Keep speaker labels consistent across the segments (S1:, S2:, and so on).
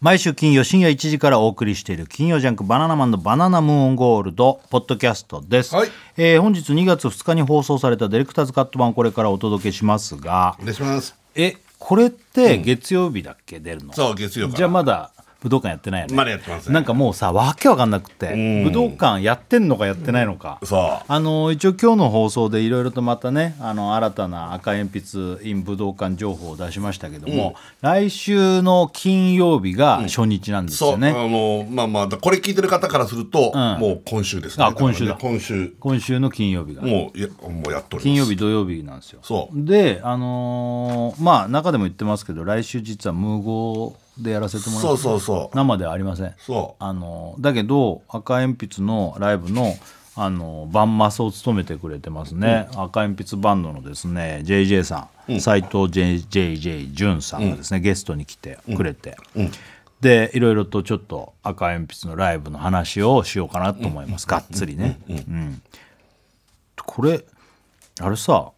S1: 毎週金曜深夜1時からお送りしている金曜ジャンク「バナナマンのバナナムーンゴールド」ポッドキャストです、
S2: はい
S1: えー本日2月2日に放送されたディレクターズカット版をこれからお届けしますが
S2: お願いします
S1: えこれって月曜日だっけ、出るの
S2: そう月曜から
S1: じゃあまだ武道館やってないよね
S2: まだやってません
S1: なんかもうさわけわかんなくて、
S2: ん
S1: 武道館やってんのかやってないのか、
S2: そう
S1: あの一応今日の放送でいろいろとまたねあの新たな赤鉛筆 in 武道館情報を出しましたけども、来週の金曜日が初日なんです
S2: そう、
S1: よね、
S2: あのまあまあだこれ聞いてる方からすると、
S1: ん
S2: もう今週ですね
S1: あ今週だ
S2: からね今週
S1: 今週の金曜日が
S2: もうやもうやっております
S1: 金曜日土曜日なんですよ
S2: そう
S1: であのーまあ中でも言ってますけど来週実は無言でやらせてもらって
S2: そうそうそう
S1: 生ではありません
S2: そう
S1: あのだけど赤鉛筆のライブのあのバンマスを務めてくれてますね、赤鉛筆バンドのですね JJ さん斎、藤 JJJ 潤さんがですね、ゲストに来てくれて、でいろいろとちょっと赤鉛筆のライブの話をしようかなと思います、がっつりね、うんこれあれさ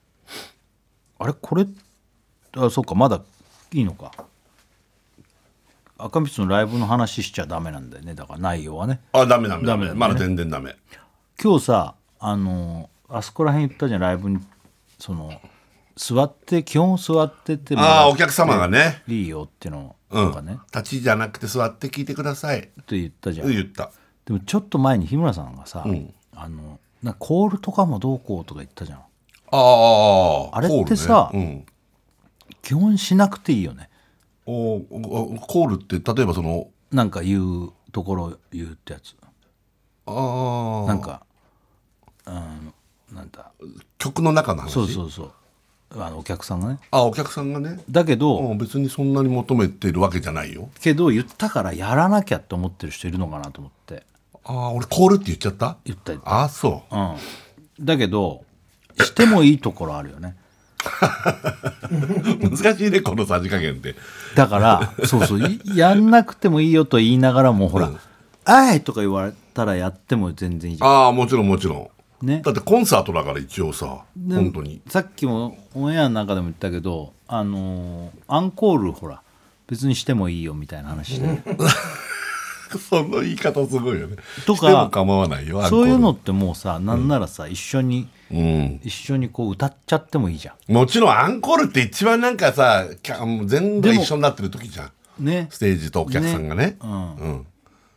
S1: あれこれあそっかまだいいのか赤光のライブの話しちゃダメなんだよねだから内容はね
S2: あダメダメダメ
S1: ダメ
S2: まだ全然ダメ
S1: 今日さあのーあそこら辺行ったじゃんライブにその座って基本座ってても
S2: ああ
S1: ら
S2: お客様がね
S1: いいよっての
S2: う
S1: と
S2: ん
S1: かね、
S2: 立ちじゃなくて座って聞いてください
S1: って言ったじゃん、
S2: 言った
S1: でもちょっと前に日村さんがさ、あのなんかコールとかもどうこうとか言ったじゃん
S2: ああ
S1: あれってさ
S2: コールね
S1: 基本しなくていいよね
S2: うん、おおコールって例えばその
S1: なんか言うところ言うってやつ
S2: あ
S1: な
S2: あ
S1: んかうんなんだ
S2: 曲の中の話
S1: そうそうそうあのお客さんがね
S2: あお客さんがね
S1: だけど、
S2: うん別にそんなに求めてるわけじゃないよ
S1: けど言ったからやらなきゃって思ってる人いるのかなと思って
S2: ああ俺コールって言っちゃった
S1: 言ったり
S2: ああそう
S1: うんだけどしてもいいところあるよね
S2: 難しいねこのさじ加減って
S1: だからそうそういやんなくてもいいよと言いながらもほら「あい!」とか言われたらやっても全然いいじゃ
S2: ああもちろんもちろん
S1: んね
S2: だってコンサートだから一応さ
S1: で
S2: 本当に
S1: さっきもオンエアの中でも言ったけどあのーアンコールほら別にしてもいいよみたいな話で
S2: その言い方すごいよね
S1: とか
S2: しても構わないよアンコー
S1: そう
S2: ル
S1: いうのってもうさなんならさ一緒に
S2: うん
S1: 一緒にこう歌っちゃってもいいじゃ
S2: もちろんアンコールって一番なんかさキャもう全部が一緒になってる時じゃん
S1: んね
S2: ステージとお客さんがね
S1: うん
S2: うん、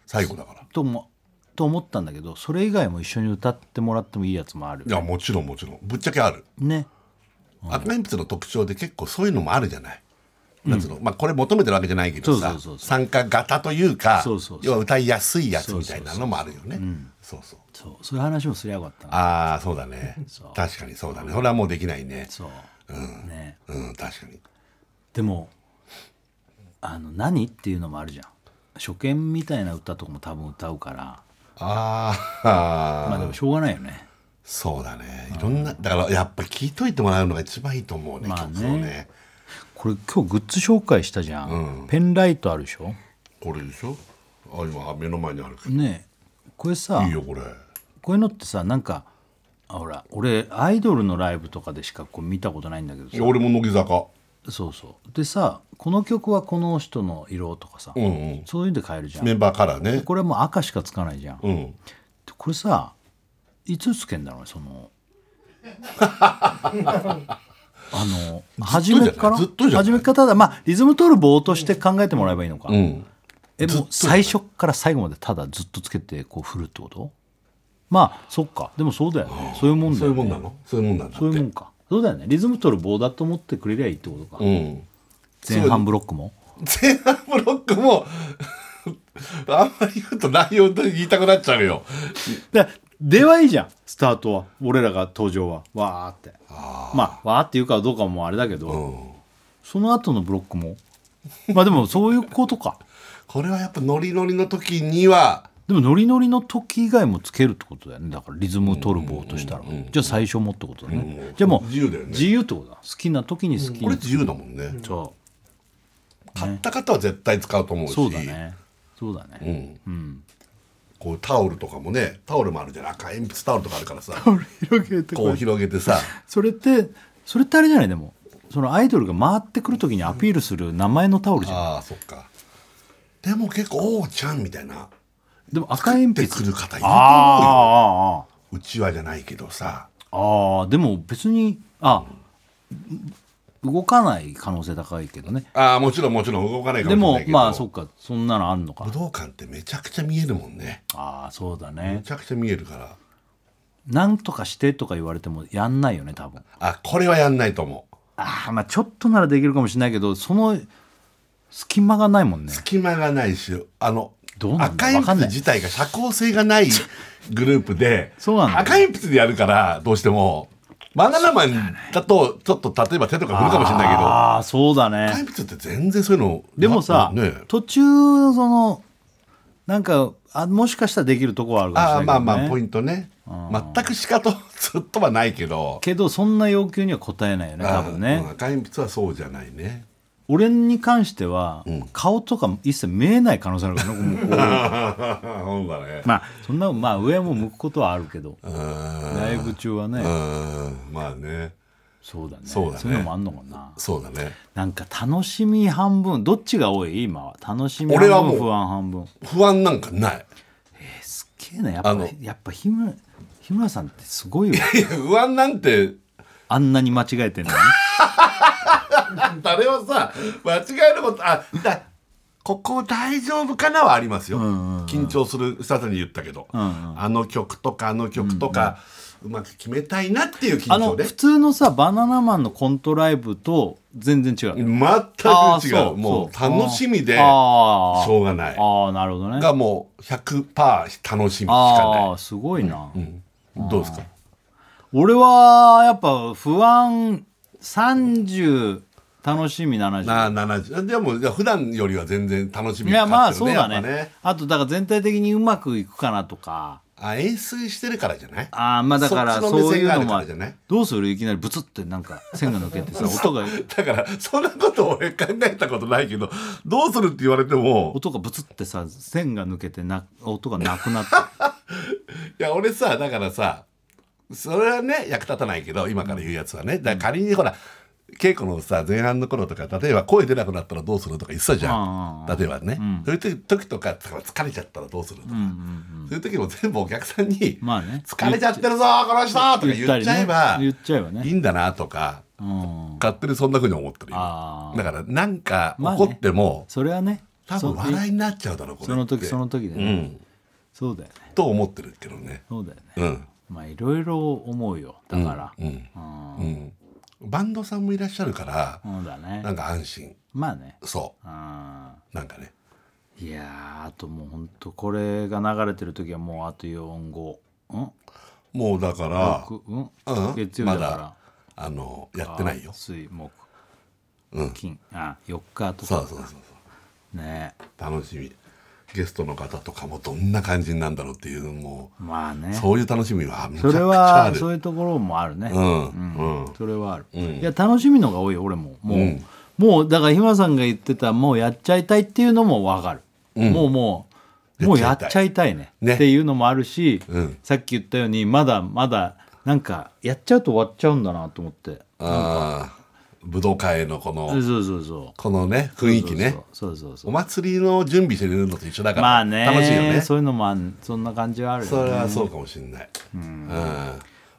S2: 最後だから
S1: ともと思ったんだけどそれ以外も一緒に歌ってもらってもいいやつもある
S2: いやもちろんもちろんぶっちゃけある
S1: ね
S2: 赤鉛筆の特徴で結構そういうのもあるじゃない。なんつうのまあ、これ求めてるわけじゃないけどさ
S1: そうそうそうそ
S2: 参加型というか
S1: そうそうそう
S2: 要は歌いやすいやつみたいなのもあるよねそうそう
S1: そうそういう話もすりゃよかったな
S2: ああそうだね
S1: そう
S2: 確かにそうだねそれはもうできないね
S1: そう、ね
S2: うん確かに
S1: でもあの何っていうのもあるじゃん初見みたいな歌とかも多分歌うから
S2: あー
S1: ま
S2: あ
S1: あ
S2: ー
S1: でもしょうがないよね
S2: そうだねいろんなだからやっぱ聞いといてもらうのが一番いいと思うね
S1: まあね
S2: 曲をね
S1: これ今日グッズ紹介したじゃん、ペンライトあるでしょ
S2: これでしょあ今目の前にあるけ
S1: ねえこれさ
S2: どいいよこれ
S1: こういうのってさなんかあほら俺アイドルのライブとかでしかこう見たことないんだけど
S2: い
S1: さ
S2: や俺も乃木坂
S1: そうそうでさこの曲はこの人の色とかさ、
S2: うんうん
S1: そういうので買えるじゃん
S2: メンバーカラーね
S1: これはもう赤しかつかないじゃん、
S2: うん
S1: これさいつつけんだろうね そのあの初めから
S2: ずっとじゃない
S1: 初めからただまあリズム取る棒として考えてもらえばいいのか、
S2: うん
S1: えもう最初から最後までただずっとつけてこう振るってことまあそっかでもそうだよねそういうもんだ
S2: そういうも
S1: よ
S2: ん
S1: ね
S2: なのそういうもんなんだっ
S1: そういうも
S2: て
S1: んかそうだよねリズム取る棒だと思ってくれりゃいいってことか、
S2: うん
S1: 前半ブロックも
S2: 前半ブロックも あんまり言うと内容と言いたくなっちゃうよ
S1: でではいいじゃんスタートは俺らが登場はわーってまあわーって言うかどうかもあれだけど、その後のブロックもまあでもそういうことか
S2: これはやっぱノリノリの時には
S1: でもノリノリの時以外もつけるってことだよねだからリズムを取る棒としたらじゃあ最初もってことだね、じゃあもう
S2: 自由だよね
S1: 自由ってことだ好きな時に好きに、
S2: これ自由だもんね
S1: そ
S2: 買った方は絶対使うと思う
S1: う
S2: し
S1: そうだねそうだね、
S2: こうタオルとかもねタオルもあるじゃん赤い鉛筆タオルとかあるから さ
S1: 広げて
S2: こう広げて さ
S1: それってそれってあれじゃないでもそのアイドルが回ってくる時にアピールする名前のタオルじゃん
S2: ああそっかでも結構「おうちゃん」みたいな
S1: でも赤鉛筆
S2: 出てくる方いると思うよ
S1: ああああ
S2: うちわじゃないけどさ
S1: ああでも別にあ動かない可能性高いけどね
S2: ああもちろんもちろん動かないか
S1: で
S2: もしれない
S1: も
S2: けど
S1: まあそっかそんなのあんのか
S2: 武道館ってめちゃくちゃ見えるもんね
S1: ああそうだ
S2: め
S1: ね
S2: ちゃくちゃ見えるから
S1: なんとかしてとか言われてもやんないよね多分
S2: あこれはやんないと思う
S1: ああまあちょっとならできるかもしれないけどその隙間がないもんね
S2: 隙間がないしあの
S1: どうなん
S2: 赤
S1: だわ
S2: 鉛
S1: かんな
S2: 筆
S1: い
S2: 自体が社交性がないグループで
S1: そうなんだ
S2: 赤鉛筆でやるからどうしてもバナナマンだとちょっと例えば手とか振るかもしれないけど
S1: ああそうだ
S2: 赤
S1: ね
S2: 鉛筆って全然そういうの
S1: でもさ、
S2: なね
S1: 途中のそのなんかあもしかしたらできるとこはあるかもしれ
S2: あ
S1: な
S2: あ
S1: いけど、ね、
S2: まあまあポイントね全くしかと ずっとはないけど
S1: けどそんな要求には応えないよね多分ね
S2: あーうん赤鉛筆はそうじゃないね
S1: 俺に関しては、顔とか一切見えない可能性あるからね もうこう
S2: そうだね
S1: まあそんなまあ上も向くことはあるけど
S2: うーん
S1: ライブ中はね、
S2: うーんまあね
S1: そうだね
S2: そうだね
S1: いうのもあんのかな
S2: そうだね
S1: なんか楽しみ半分どっちが多い今は楽しみ半
S2: 俺はも
S1: 分
S2: う
S1: 不安半分
S2: 不安なんかない
S1: えすっげえなやっ
S2: あ
S1: ぱ
S2: の
S1: やっぱ日村日村さんってすごいわ
S2: いや不安なんて
S1: あんなに間違 えてんのに
S2: あれはさ間違えることあだここ大丈夫かなはありますよ、緊張するさらに言ったけど、あの曲とかあの曲とか、うまく決めたいなっていう緊
S1: あの
S2: 張で
S1: 普通のさバナナマンのコントライブと全然違うあ
S2: 全
S1: ー
S2: く違う
S1: そ
S2: もう
S1: そ
S2: 楽しみでし
S1: あー
S2: ょうがない
S1: ああなるほどね
S2: がもう100%楽しみし
S1: ああ
S2: か
S1: ーすごいな、
S2: ないどうですか
S1: 俺はやっぱ不安30楽しみ70
S2: な70でもいや普段よりは全然楽しみ
S1: いや
S2: が
S1: まあ
S2: 勝っ
S1: そ
S2: て
S1: う
S2: るね
S1: だ
S2: や
S1: ね
S2: っぱね
S1: あとだから全体的にうまくいくかなとか
S2: あ演出してるからじゃない
S1: ああまあだから
S2: そっちの目
S1: そうい
S2: 線
S1: う
S2: があ
S1: の
S2: る
S1: も
S2: か
S1: あ
S2: らじゃない
S1: どうするいきなりブツってなんか線が抜け てさ音が
S2: だからそんなこと俺考えたことないけどどうするって言われても
S1: 音がブツってさ線が抜けてな音がなくなって
S2: いや俺さだからさそれはね役立たないけど今から言うやつはねだから仮にほら稽古のさ前半の頃とか例えば声出なくなったらどうするとか言ってたじゃん例えばね、そういう時とか疲れちゃったらどうするとか、そういう時も全部お客さんに「
S1: まあね
S2: 疲れちゃってるぞこの人!」とか言っちゃえば、
S1: 言っちゃえばね
S2: いいんだなとか
S1: うん
S2: 勝手にそんなふうに思ってる
S1: あ
S2: よ
S1: ー
S2: だからなんか
S1: まあね
S2: 怒っても、
S1: それはね
S2: 多分
S1: そ
S2: 笑いになっちゃうだろうこれ
S1: その時
S2: って
S1: その時で
S2: う
S1: ね、
S2: ん
S1: そうだよね
S2: と思ってるけどね
S1: そうだよね
S2: うん
S1: まあいろいろ思うよだから、
S2: うんうんバンドさんもいらっしゃるから、
S1: そうだね
S2: なんか安心
S1: まあね
S2: そ
S1: あ
S2: うなんかね
S1: ーいやーあともうほんとこれが流れてる時はもうあと45ん
S2: もうだから、
S1: くうん
S2: うん、
S1: 月曜
S2: ま
S1: 日だから
S2: だあのやってないよ
S1: 水木
S2: うん
S1: 金あ4日と
S2: そう
S1: か
S2: そうそうそう
S1: ね
S2: 楽しみゲストの方とかもどんな感じになるんだろうっていうも
S1: まあ
S2: う
S1: ね
S2: そういう楽しみはめちゃ
S1: そ
S2: くち
S1: れ
S2: ゃあ
S1: は
S2: る
S1: そういうところもあるね、
S2: うんうん
S1: それはある、いや楽しみのが多いよ俺ももう、もうだから日村さんが言ってたもうやっちゃいたいっていうのも分かる、もうもうもうやっちゃいたいね
S2: ね
S1: っていうのもあるし、
S2: うん
S1: さっき言ったようにまだまだなんかやっちゃうと終わっちゃうんだなと思って
S2: あー武道会のこ
S1: そう
S2: の
S1: そうそうそう
S2: このね雰囲気ね
S1: そうそうそ
S2: お
S1: う
S2: 祭りの準備してるのと一緒だから、
S1: まあね
S2: 楽しいよね
S1: そういうのもあんそんな感じはあるよね
S2: それはそうかもしれないうん、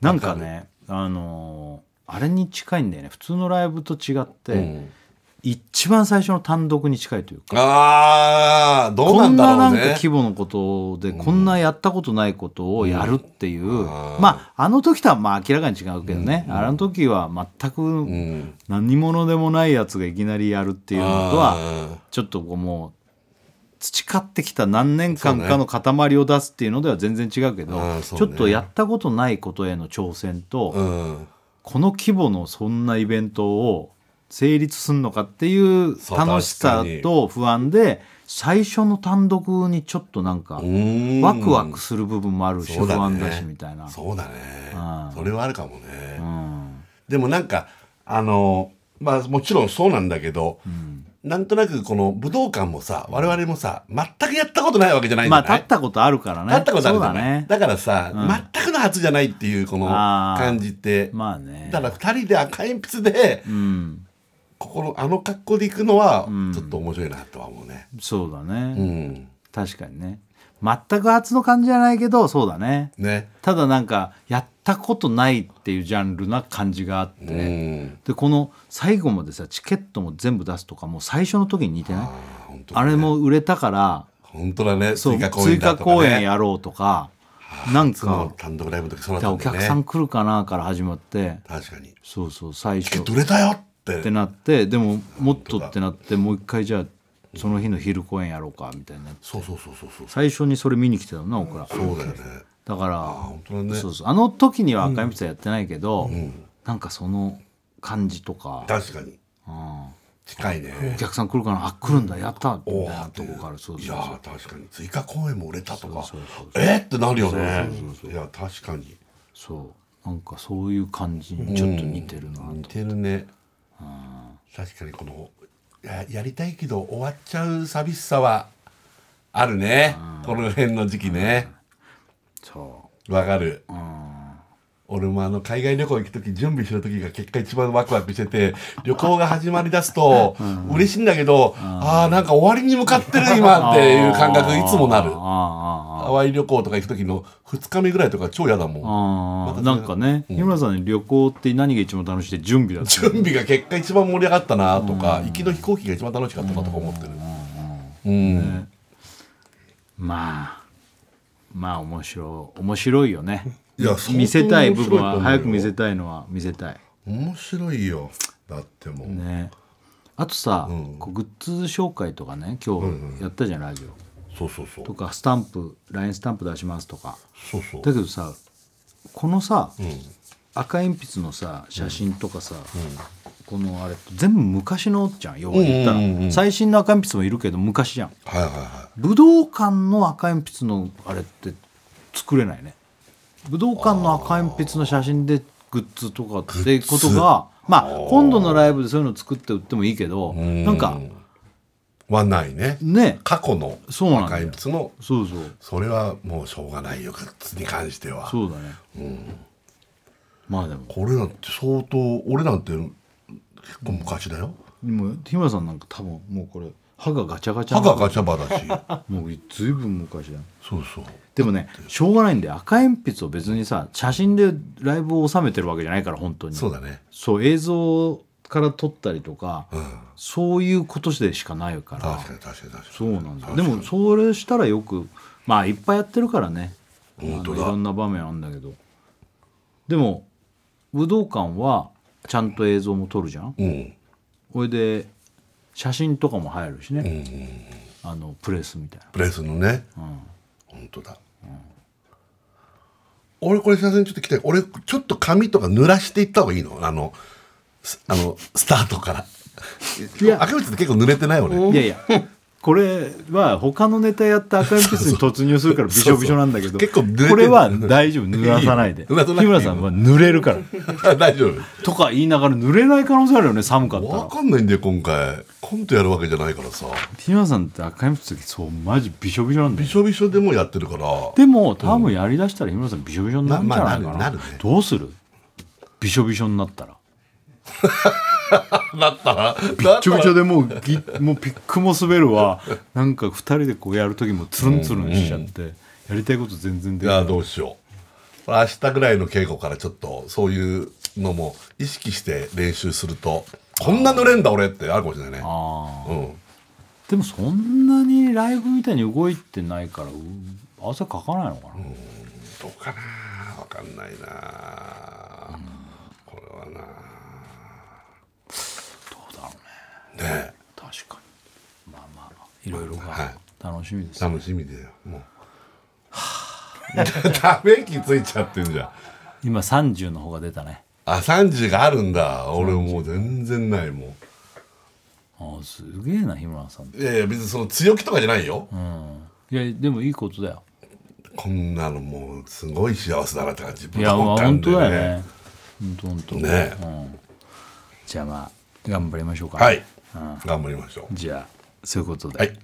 S1: なんかねあのーあれに近いんだよね普通のライブと違って、
S2: うん
S1: 一番最初の単独に近いというか
S2: あーどう
S1: こ
S2: なん
S1: ん
S2: だ
S1: な
S2: ろ
S1: な
S2: うん
S1: か
S2: ね
S1: 規模のことでこんなやったことないことをやるっていう、
S2: あー
S1: まああの時とはまあ明らかに違うけどね、あの時は全
S2: う
S1: く
S2: ん
S1: 何者でもないやつがいきなりやるっていうのとは
S2: あ
S1: ちょっとこうもう培ってきた何年間かの塊を出すっていうのでは全然違うけど
S2: あーそう
S1: ち
S2: ね
S1: ょっとやったことないことへの挑戦と、
S2: ーうん
S1: この規模のそんなイベントを成立すんのかっていう
S2: そう
S1: 楽しさと不安で最初の単独にちょっとなんか
S2: うーん
S1: ワクワクする部分もあるし
S2: そう
S1: 不
S2: だね
S1: 安だしみたいな。
S2: そうだね
S1: うん
S2: それはあるかもね
S1: うん
S2: でもなんかあのまあもちろんそうなんだけど、なんとなくこの武道館もさ我々もさ全くやったことないわけじゃないん
S1: まあ
S2: だね、
S1: 立ったことあるからね。
S2: 立ったことあるじ
S1: そ
S2: ゃ
S1: うだ
S2: ないだ,、
S1: ね。
S2: からさ、全くの初じゃないっていうこの
S1: あー
S2: 感じって、
S1: まあね。
S2: ただから2人で赤鉛筆で
S1: うん。
S2: ここのあの格好で行くのはちょっと面白いなとは思うね
S1: そうだ
S2: う
S1: ね、
S2: ん
S1: 確かにね全く初の感じじゃないけどそうだね
S2: ね
S1: ただなんかやったことないっていうジャンルな感じがあって
S2: う
S1: ね、
S2: ん
S1: でこの最後までさチケットも全部出すとかもう最初の時に似てない
S2: あー本当だ
S1: あれも売れたから
S2: 本当だね
S1: そう
S2: 追加公
S1: 追
S2: 演だ
S1: 加
S2: とか
S1: 公演
S2: ね
S1: やろうとかなん
S2: その
S1: か
S2: 単独ライブの時そうだ
S1: だ
S2: った
S1: から
S2: ん
S1: お
S2: だよ
S1: 客
S2: ね
S1: さん来るかなから始まって
S2: 確かに
S1: そうそう最初っ
S2: どれだよって
S1: てなってでももっとってなってもう一回じゃあその日の昼公演やろうかみたいになって
S2: そうそうそうそうそう
S1: 最初にそれ見に来てたのな僕ら
S2: そうだよね
S1: だか
S2: 本当だ
S1: ら
S2: ね
S1: そうそうあの時には赤いピザやってないけどなんかその感じとか
S2: 確かに
S1: うん
S2: 近いね
S1: お客さん来るかなあ来るんだやったみ
S2: お
S1: たいな
S2: ー
S1: とこからそう
S2: い
S1: そ
S2: や
S1: うそう
S2: ー確かに追加公演も売れたとか
S1: そうそう
S2: えーってなるよねいや確かに
S1: そうなんかそういう感じにちょっと似てるなと、
S2: 似てるね確かにこのややりたいけど終わっちゃう寂しさはあるねこの辺の時期ね
S1: そ
S2: わかる
S1: う、うん、
S2: 俺もあの海外旅行行く時準備してる時が結果一番ワクワクしてて 旅行が始まりだすと嬉しいんだけど、ああなんか終わりに向かってる今っていう感覚いつもなる
S1: あ
S2: ハ
S1: あああ
S2: ワイ旅行とか行く時の2日目ぐらいとか超嫌だもんま
S1: あ
S2: たそ
S1: あ
S2: れが
S1: なんかね、日村さんに旅行って何が一番楽しいって準備だっ た
S2: 準備が結果一番盛り上がったなとか行きの飛行機が一番楽しかったなとか思ってるうん
S1: まあまあ面白い面白いよね
S2: いや相当
S1: 見せたい部分
S2: 面白いと思う
S1: は
S2: よ
S1: 早く見せたいのは見せたい
S2: 面白いよだってもう
S1: ねあとさ、こうグッズ紹介とかね今日やったじゃん、ラジオ
S2: そうそうそう
S1: とかスタンプ LINE スタンプ出しますとか
S2: そうそう
S1: だけどさこのさ、赤鉛筆のさ写真とかさ、このあれ全部昔のじゃん要は言ったら、
S2: うんうんうんうん
S1: 最新の赤鉛筆もいるけど昔じゃん
S2: はいはいは
S1: 武道館の赤鉛筆のあれって作れないね武道館の赤鉛筆の写真でグッズとかってことがまあ今度のライブでそういうの作って売ってもいいけど
S2: い
S1: なんか
S2: はないね
S1: ね
S2: 過去の
S1: そうなんだよ
S2: 赤鉛筆の
S1: そうそう
S2: それはもうしょうがないよグッズに関しては
S1: そうだね、まあでも
S2: これなんて相当俺なんて結構昔だよ
S1: でも日村さんなんか多分もうこれ歯がガチャガチャ
S2: 歯
S1: な
S2: がガチャバだし
S1: もうずいぶん昔だ
S2: そうそう
S1: でもねしょうがないんだよ赤鉛筆を別にさ写真でライブを収めてるわけじゃないから本当に
S2: そうだね
S1: そう映像から撮ったりとか、
S2: うん
S1: そういうことでしかないから
S2: 確かに確かに確かに
S1: そうなんだ
S2: 確
S1: で
S2: かに
S1: もそれしたらよくまあいっぱいやってるからね
S2: 本当
S1: あ
S2: だ
S1: のいろんな場面あるんだけどでも武道館はちゃんと映像も撮るじゃん
S2: うん
S1: これで写真とかも入る
S2: う
S1: し
S2: ん
S1: ね、
S2: うん
S1: あのプレスみたいな
S2: プレスのね
S1: ん
S2: 本当だ俺これ写真ちょっと来て俺ちょっと髪とか濡らしていった方がいいのあのすあのスタートから
S1: いや
S2: 赤鉛筆って結構濡れてない俺
S1: いやいやこれは他のネタやった赤鉛筆に突入するからびしょびしょなんだけど
S2: そうそう結構濡れてる
S1: これは大丈夫濡ら さないで
S2: いいよ濡らさなくていいよ
S1: 日村さんは濡れるか ら
S2: 大丈夫
S1: とか言いながら濡れない可能性あるよね寒かった
S2: わ
S1: ら
S2: かんないんだよ今回コントやるわけじゃないからさ
S1: 日村さんって赤鉛筆の時そうマジびしょびしょなんだ
S2: び
S1: よ
S2: しょびしょでもやってるから
S1: でも多分やりだしたら日村さんびしょびしょになるんじゃないかな,、
S2: まあまあなるなるね
S1: どうするびしょびしょになったら
S2: だったら
S1: びっちょびちょでもうぎもうピックも滑る わなんか2人でこうやる時もつるんつるんしちゃって、やりたいこと全然
S2: い
S1: できない
S2: やどうしよう明日ぐらいの稽古からちょっとそういうのも意識して練習するとこんな濡れんだ俺ってあるかもしれないね
S1: ああ
S2: うん
S1: でもそんなにライブみたいに動いてないからう汗かかないのかな、
S2: どうかなわかんないなこれはな
S1: どうだろうね
S2: ねえ
S1: 確かにまあまあまあいろいろ
S2: は
S1: が楽しみです、
S2: 楽しみだよもう ため息ついちゃってんじゃん
S1: 今30の方が出たね
S2: あ30があるんだ俺もう全然ないもん
S1: ああすげえな日村さん
S2: いやいや別にその強気とかじゃないよ、
S1: うんいやでもいいことだよ
S2: こんなのもうすごい幸せだなって感じ
S1: いや、まあ、
S2: 武道
S1: 本
S2: 館で
S1: 当だよね本当本当
S2: ねえ
S1: うん、じゃあまあ頑張りましょうか、
S2: はい、頑張りましょ
S1: じゃあそういうことで
S2: うはい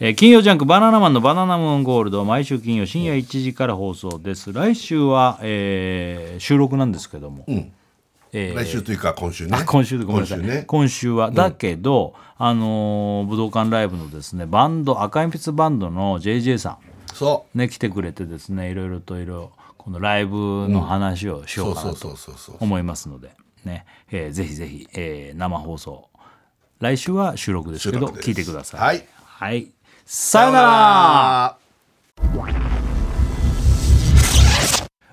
S1: えー金曜ジャンク「バナナマンのバナナムーンゴールド」毎週金曜深夜1時から放送です来週は、えー収録なんですけども、えー
S2: 来週というか今週ね
S1: あ今週でごめんなさい
S2: 今
S1: 今
S2: 週
S1: 週,、
S2: ね
S1: はだけど、あのー武道館ライブのですねバンド赤鉛筆バンドの JJ さ
S2: そ
S1: んね来てくれてですねいろいろといろいろこのライブの話をし
S2: う
S1: よ
S2: そうう
S1: か
S2: そ
S1: な
S2: う
S1: と
S2: そうそうそう
S1: 思いますのでね、えーぜひぜひ、えー生放送来週は収録ですけ
S2: 収
S1: ど
S2: 録です
S1: 聞いてください
S2: はい、
S1: はい、さよなら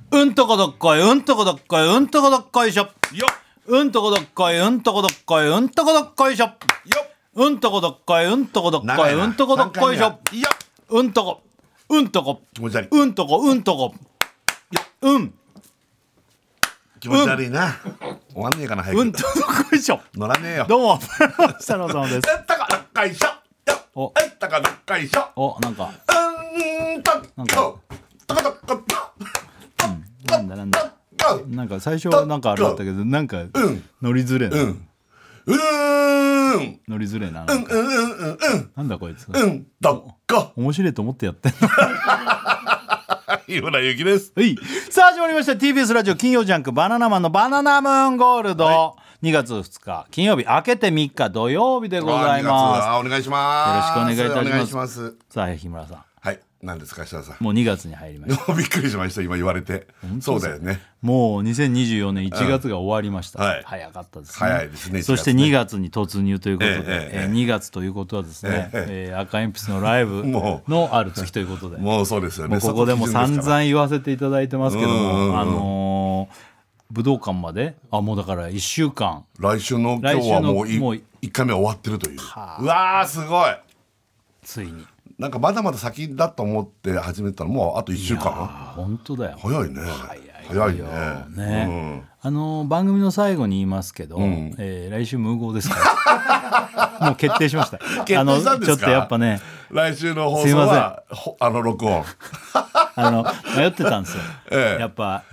S1: うんとこどっこい、うんとこどっこい、うんとこどっこいしょ。
S2: よ
S1: うんとこどっこい、うんとこどっこい、うんとこどっこいしょ。
S2: よ
S1: うんとこどっこい、うんとこどっこい、うんとこどっこいしょ。
S2: よ
S1: うんとこ、うんとこ、
S2: 気持ち悪い
S1: うんとこ、うんとこ。うん、
S2: 気持ち悪いな、終わんねえかな早く、
S1: うんとこどっこいしょ。
S2: 乗らねえよ
S1: どうも、設楽さんです。
S2: えったかどっかいしょよ
S1: お
S2: えったかどっかいしょ
S1: お、なんか、
S2: うんと
S1: なんか
S2: ととかとかと
S1: なんだなんだ。
S2: と
S1: なんか最初はなんかあれだったけど、なんか、乗りずれな。
S2: うーん
S1: 乗りずれな。なんか
S2: うんうんうんうん
S1: なんだこいつ。
S2: うんどっこ
S1: 面白いと思ってやってんの。
S2: 井村ゆきです
S1: はい、さあ始まりました TBS ラジオ金曜ジャンク「バナナマンのバナナムーンゴールド」2月2日金曜日明けて3日土曜日でございま
S2: あお願いします
S1: よろしくお願
S2: ますお
S1: いいたします
S2: 願いします
S1: すさあ日村さ
S2: はい何ですか設楽さん
S1: んもう2月に入り ました
S2: もうびっくりしました今言われてそうだよね
S1: もう2024年1月が終わりました、
S2: うんはい
S1: 早かったですね
S2: 早いですね
S1: そして
S2: 1月ね
S1: 2月に突入ということで、
S2: ええええ
S1: えー2月ということはですね、
S2: え
S1: えー赤鉛筆のライブ
S2: もう
S1: のある月ということで
S2: もうそうですよね
S1: もうここでも
S2: その基
S1: 散
S2: 準すから
S1: 々言わせていただいてますけども、
S2: うんうんうん
S1: あのー武道館まであもうだから1週間
S2: 来週の今日はもう
S1: 来週のもう
S2: い一回目終わってるという
S1: はあ
S2: うわーすごい
S1: ついに
S2: なんかまだまだ先だと思って始めたらもうあと1週間
S1: あ本当だよ
S2: 早いね早いね
S1: ね、あの番組の最後に言いますけど、えー来週無謀ですから もう決定しました
S2: 定
S1: あの
S2: したんですか
S1: ちょっとやっぱね
S2: 来週の放
S1: すい
S2: 送
S1: ません
S2: はほあの録音
S1: あの迷ってたんですよ、
S2: ええ
S1: やっぱ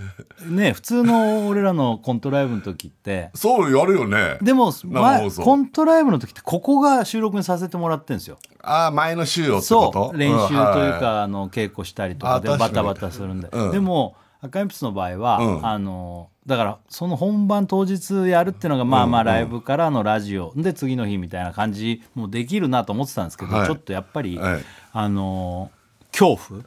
S1: ね普通の俺らのコントライブの時って
S2: そうやるよね
S1: でも、
S2: 生放
S1: 前
S2: 送
S1: コントライブの時ってここが収録にさせてもらってるんですよ
S2: ああ前の週をってこ
S1: そ
S2: と
S1: う練習というんか、
S2: は
S1: あの稽古したりと
S2: あ
S1: かで
S2: 確か
S1: バ
S2: に
S1: タバタするんで、
S2: うん
S1: でも赤鉛筆の場合は、
S2: うん
S1: あのだからその本番当日やるっていうのがまあまあライブからのラジオで次の日みたいな感じもできるなと思ってたんですけど、
S2: はい
S1: ちょっとやっぱり、
S2: はい
S1: あの恐怖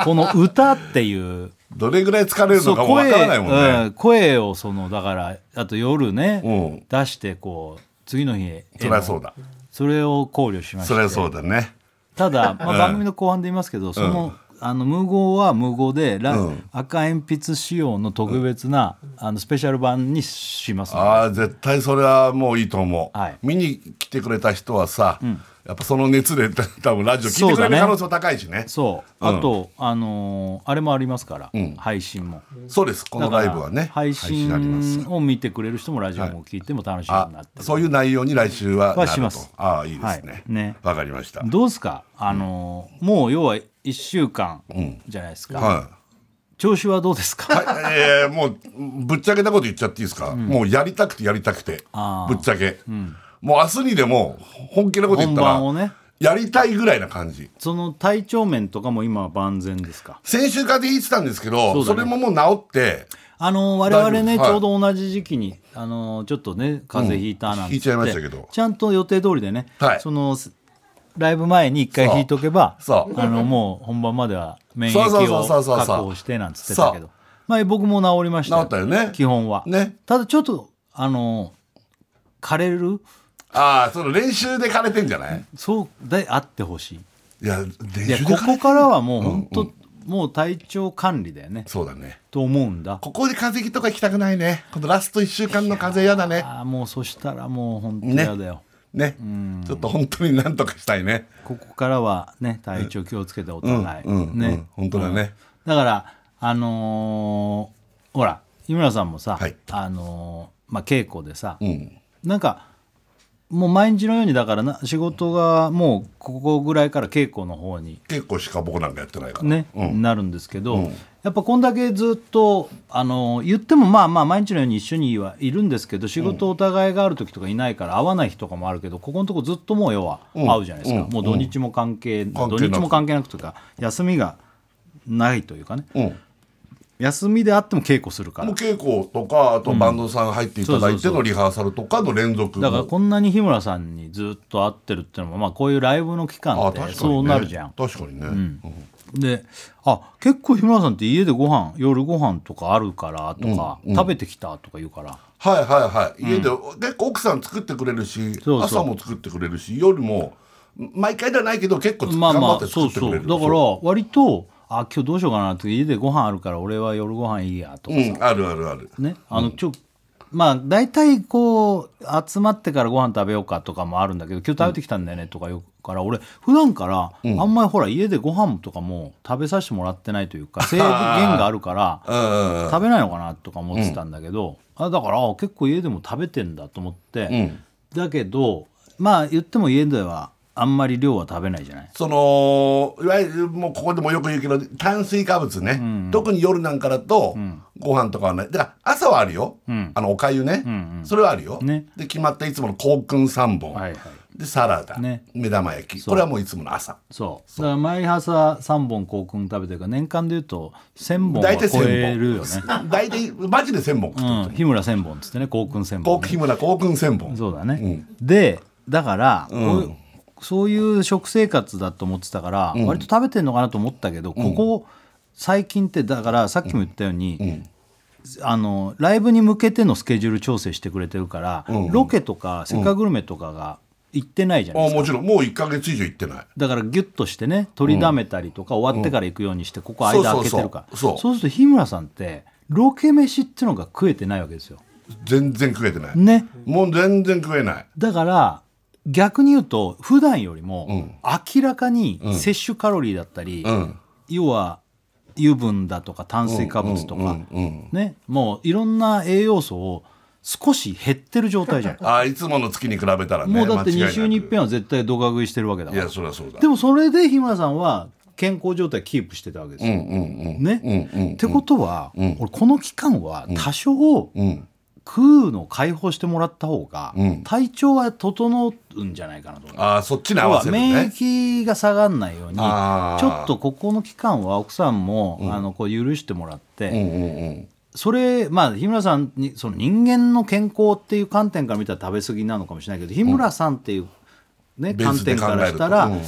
S1: そのこの歌っていう
S2: どれぐらい疲れる
S1: そ
S2: の
S1: う
S2: かもわ
S1: 声
S2: からないもん
S1: う
S2: ね
S1: ん声をそのだからあと夜ね、
S2: うん
S1: 出してこう次の日への
S2: そりゃそうだ
S1: それを考慮しました
S2: そりゃそうだね
S1: ただ、まあ
S2: うん
S1: 番組の後半で言いますけど、そのあの無号は無号で、ラ
S2: うん
S1: 赤鉛筆仕様の特別な、あのスペシャル版にしますので
S2: ああ絶対それはもういいと思う、
S1: はい
S2: 見に来てくれた人はさ、やっぱその熱で多分ラジオ聞いてくれる可能性も高いしねそう
S1: そう、あと、あのーあれもありますから、配信も
S2: ですこのライブは
S1: だ
S2: ね
S1: から配
S2: あります
S1: 信を見てくれる人もラジオも聞いても楽しみ
S2: あ
S1: になってる
S2: そういう内容に来週はな
S1: は
S2: ると
S1: します
S2: ああいいですね,、
S1: はいね
S2: わかりました
S1: どうですか、あのーもう要は1週間じゃないですか、
S2: は
S1: 調子はどうですか、
S2: い、はい、えー、もうぶっちゃけたこと言っちゃっていいですか、もうやりたくてやりたくて
S1: あー
S2: ぶっちゃけ、もう明日にでも本気なこと言ったら
S1: 本番をね
S2: やりたいぐらいな感じ
S1: その体調面とかも今は万全ですか
S2: 先週から言ってたんですけど
S1: そうだね
S2: それももう治って
S1: あの我々ね、
S2: 大丈夫です
S1: ちょうど同じ時期にあのちょっとね風邪ひいたなんて、
S2: うんひいちゃいましたけど
S1: ちゃんと予定通りでね、
S2: はい
S1: そのすライブ前に一回
S2: そう
S1: 引いとけば
S2: そう
S1: あのもう本番までは免疫
S2: そうそうそう
S1: を
S2: そうそうそう
S1: 確保してなんつってたけ
S2: そ
S1: ど、まあ、僕も治りました
S2: 治ったよね
S1: 基本は、
S2: ね
S1: ただちょっとあの枯れる
S2: ああその練習で枯れてんじゃない
S1: そうであってほしい
S2: いや練
S1: いや
S2: 習で
S1: こ
S2: 枯れ
S1: こからはもう本当、もう体調管理だよね
S2: そうだね
S1: と思うんだ
S2: ここで風邪とか行きたくないねこのラスト1週間の風邪嫌だね
S1: ああもうそしたらもう本当
S2: ね
S1: 嫌だよ、
S2: ねちょっと本当になんとかしたいね
S1: ここからはね体調気をつけてお互い、
S2: うんうんうん
S1: ね、
S2: 本当だね
S1: うんだからあのーほら井村さんもさ、
S2: はい
S1: あのーまあ、稽古でさ、
S2: うん
S1: なんかもう毎日のようにだからな仕事がもうここぐらいから稽古の方に
S2: 結構しか僕なんかやってないから
S1: ね、
S2: うん
S1: なるんですけど、やっぱこんだけずっとあの言ってもまあまあ毎日のように一緒にはいるんですけど仕事お互いがある時とかいないから会わない日とかもあるけどここのとこずっともう要は会うじゃないですか、
S2: うん
S1: もう土日も関係、
S2: 関係な
S1: 土
S2: く
S1: 日も関係なくというか休みがないというかね、
S2: うん
S1: 休みであっても稽古するから
S2: もう稽古とかあとバンドさん入っていただいてのリハーサルとかの連続
S1: だからこんなに日村さんにずっと会ってるっていうのも、まあ、こういうライブの期間
S2: あ
S1: って
S2: 確かに、ね、
S1: そうなるじゃん、
S2: 確かにね、うん
S1: であ結構日村さんって家でご飯夜ご飯とかあるからとか、食べてきたとか言うから
S2: はいはいはい家で、結構奥さん作ってくれるし
S1: そうそう
S2: 朝も作ってくれるし夜も毎回ではないけど結構つ
S1: まあ
S2: 頑張
S1: ま
S2: っ
S1: あ
S2: て作
S1: そう
S2: って
S1: そ
S2: く
S1: う
S2: れ
S1: だ
S2: る
S1: から割とあ今日どうしようかなって家でご飯あるから俺は夜ご飯いいやとか、
S2: うんあるあるある
S1: ねあの、ちょまあ大体こう集まってからご飯食べようかとかもあるんだけど今日食べてきたんだよねとかよくから俺普段からあんまりほら家でご飯とかも食べさせてもらってないというか制限があ るから
S2: うんうんうん
S1: 食べないのかなとか思ってたんだけど、あだからあ結構家でも食べてんだと思って、だけどまあ言っても家ではあんまり量は食べないじゃない
S2: そのいわゆるもうここでもよく言うけど炭水化物ね、特に夜なんかだと、ご飯とかはないだから朝はあるよ、あのおかゆね、それはあるよ、
S1: ね
S2: で決まったいつもの香薫3本、
S1: はいはい
S2: でサラダ、
S1: ね
S2: 目玉焼きこれはもういつもの朝
S1: そうだから毎朝3本幸君食べてるから年間でいうと1000本は
S2: 大体
S1: 超える
S2: 1000
S1: よね、
S2: 本 大体マジで1000本食ってる
S1: うん、日村1000本っつってね幸君1000
S2: 幸
S1: 本、
S2: 君
S1: ね、
S2: 日村幸君1000本
S1: そうだね、でだから、こういうそういう食生活だと思ってたから、割と食べてんのかなと思ったけど、ここ最近ってだからさっきも言ったように、あのライブに向けてのスケジュール調整してくれてるから、ロケとか「せっかくグルメ」とかが行ってないじゃないですか
S2: あもちろんもう1か月以上行ってない
S1: だからギュッとしてね取りだめたりとか、終わってから行くようにしてここ間空けてるか
S2: そ
S1: ら
S2: うそうそうそう
S1: すると日村さんってロケ飯っていうのが食えてないわけですよ。
S2: 全然食えてない、
S1: ね
S2: もう全然食えない
S1: だから逆に言うと普段よりも明らかに摂取カロリーだったり、
S2: ん
S1: 要は油分だとか炭水化物とか、ね、もういろんな栄養素を少し減ってる状 態じゃん
S2: あいつもの月に比べたらね
S1: もうだって
S2: 間違いな
S1: 2
S2: く
S1: 週に1遍は絶対ドカ食いしてるわけだ
S2: い
S1: から
S2: やそりゃそうだ
S1: でもそれで日村さんは健康状態キープしてたわけですよ。ね、ってことは、俺この期間は多少、
S2: うん
S1: 空の解放してもらった方が、体調は整うんじゃないかなと思う
S2: あそっちに合
S1: 要
S2: わ
S1: は
S2: せる
S1: 免
S2: ね
S1: 疫が下がらないようにち
S2: あー
S1: ょっとここの期間は奥さんも、あのこう許してもらって、それまあ日村さんにその人間の健康っていう観点から見たら食べ過ぎなのかもしれないけど日村さんっていう、
S2: ベ
S1: ね
S2: ー
S1: 観
S2: スで
S1: 点
S2: 考えると
S1: からしたら、
S2: うん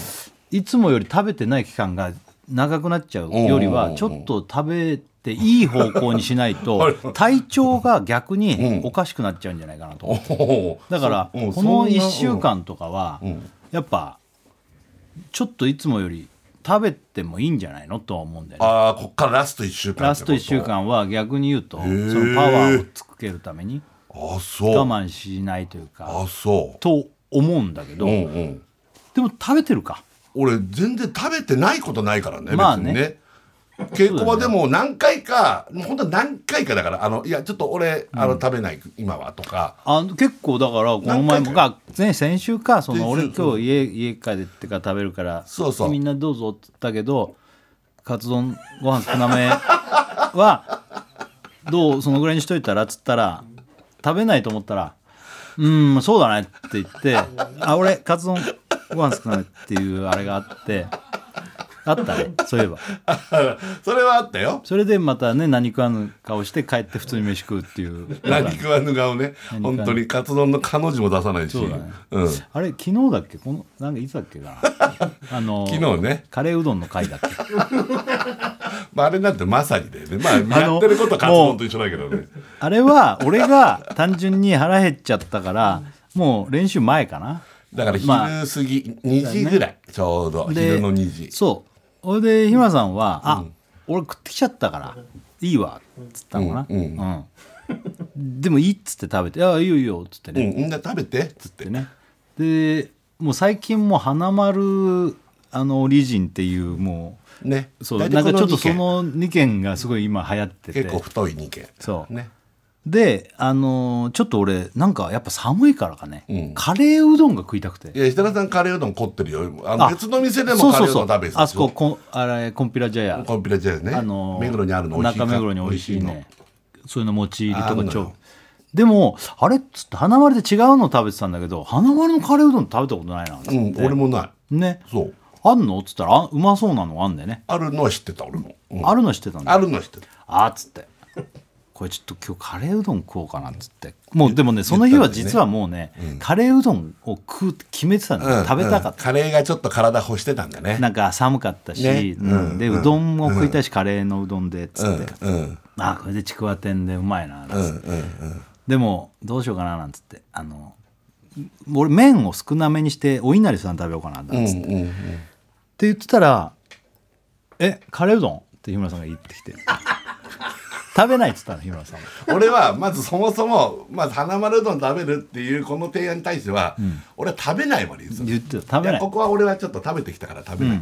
S1: いつもより食べてない期間が長くなっちゃうよりはちょっと食べていい方向にしな いと体調が逆におかしくなっちゃうんじゃないかなと思って
S2: おお
S1: だから
S2: そうん
S1: この
S2: そんな
S1: 1週間とかはやっぱちょっといつもより食べてもいいんじゃないのとは思うんだよね
S2: ああこっからラスト1週間ってこと
S1: ラスト1週間は逆に言うとそのパワーをつけるために
S2: あそう
S1: 我慢しないというか
S2: あそう
S1: と思うんだけど
S2: う
S1: で
S2: んうん
S1: も食べてるか
S2: 俺全然食べてないことないからね
S1: まあ
S2: 別
S1: ね
S2: にね稽古場でも何回か、もう本当は何回かだからあのいやちょっと俺、あの食べない今はとか
S1: あ結構だからこの前も
S2: 何回
S1: が前先週かその
S2: 先
S1: 俺
S2: 週
S1: 今日家家帰ってから食べるから
S2: そうそう
S1: みんなどうぞって言ったけどカツ丼ご飯少なめは どうそのぐらいにしといたらっつったら食べないと思ったら「うーんそうだね」って言って「あ俺カツ丼ご飯少なめ」っていうあれがあってあったねそういえば
S2: それはあったよ
S1: それでまたね何食わぬ顔して帰って普通に飯食うっていう
S2: 何食わぬ顔ね本当にカツ丼の彼女も出さないし
S1: そうだね
S2: うん、
S1: あれ昨日だっけこのなんかいつだっけか なあの
S2: 昨日ね
S1: カレーうどんの回だっけ
S2: まあ、あれなんてまさにだよね、まあ、
S1: の
S2: やってることはカツ丼と一緒だけどね
S1: あれは俺が単純に腹減っちゃったからもう練習前かな
S2: だから昼
S1: ま
S2: 過
S1: あ
S2: ぎ2時ぐらい、ちょうど
S1: で
S2: 昼の2時
S1: そうそれで日村さんは「あ、俺食ってきちゃったからいいわ」っつったのかな、
S2: うんうん
S1: うんでもいいっつって食べて「あいいよいいよ」っつって
S2: う
S1: ね、
S2: ん、みんな食べてっつっ
S1: っててねでもう最近もう花丸あのオリジンっていうもう
S2: ね
S1: そうな
S2: 大
S1: ん
S2: 体
S1: か
S2: こ
S1: ち
S2: の二軒
S1: ょっとその2件がすごい今流行ってて
S2: 結構太い2軒
S1: そう
S2: ね
S1: であのーちょっと俺なんかやっぱ寒いからかね、
S2: ん
S1: カレーうどんが食いたくて
S2: いや設楽さんカレーうどん凝ってるよあの
S1: あ
S2: 別の店でも
S1: そう
S2: カ
S1: そ
S2: レ
S1: う
S2: ーうど
S1: そうん
S2: 食べてた
S1: あ
S2: でし
S1: そ
S2: ょ
S1: ここんあれコンピラジャヤ
S2: コンピラジャーね、
S1: あのー
S2: 目黒にあるの美味しい
S1: 中目黒に美味しい
S2: 美味
S1: ねそういうの持ち入り
S2: ああ
S1: と
S2: んの
S1: か
S2: よ
S1: ちょでもあれっつって花丸で違うの食べてたんだけど花丸のカレーうどん食べたことないなっつって
S2: のうん俺もな
S1: ね
S2: いそう
S1: ああんのっつったらあうまそうなのあんでね、
S2: あるのは知ってた俺も、うん
S1: あるの知ってたんだ
S2: あるのは知ってた
S1: あーっつってこれちょっと今日カレーうどん食おうかなっつってもうでもねその日は実はもうねカレーうどんを食うって決めてたんだよ、
S2: うん
S1: 食べたかった、
S2: カレーがちょっと体干してたんだね
S1: なんか寒かったし、
S2: ね
S1: うんでうどんを食いたいし、カレーのうどんでっつって、
S2: うんうん
S1: あーこれでちくわ天でうまいななんつって、
S2: うんうん
S1: でもどうしようかななんつってあの俺麺を少なめにしてお稲荷さん食べようかななんつっ
S2: う
S1: て、
S2: んう
S1: って
S2: んうん
S1: 言ってたら「えカレーうどん?」って日村さんが言ってきて 「食べない」っつったの日村さんが
S2: 俺はまずそもそもまず花丸うどん食べるっていうこの提案に対しては、俺は食べないまで言うんですよ
S1: 言ってた
S2: い
S1: 食べな
S2: や
S1: い
S2: ここは俺はちょっと食べてきたから食べない、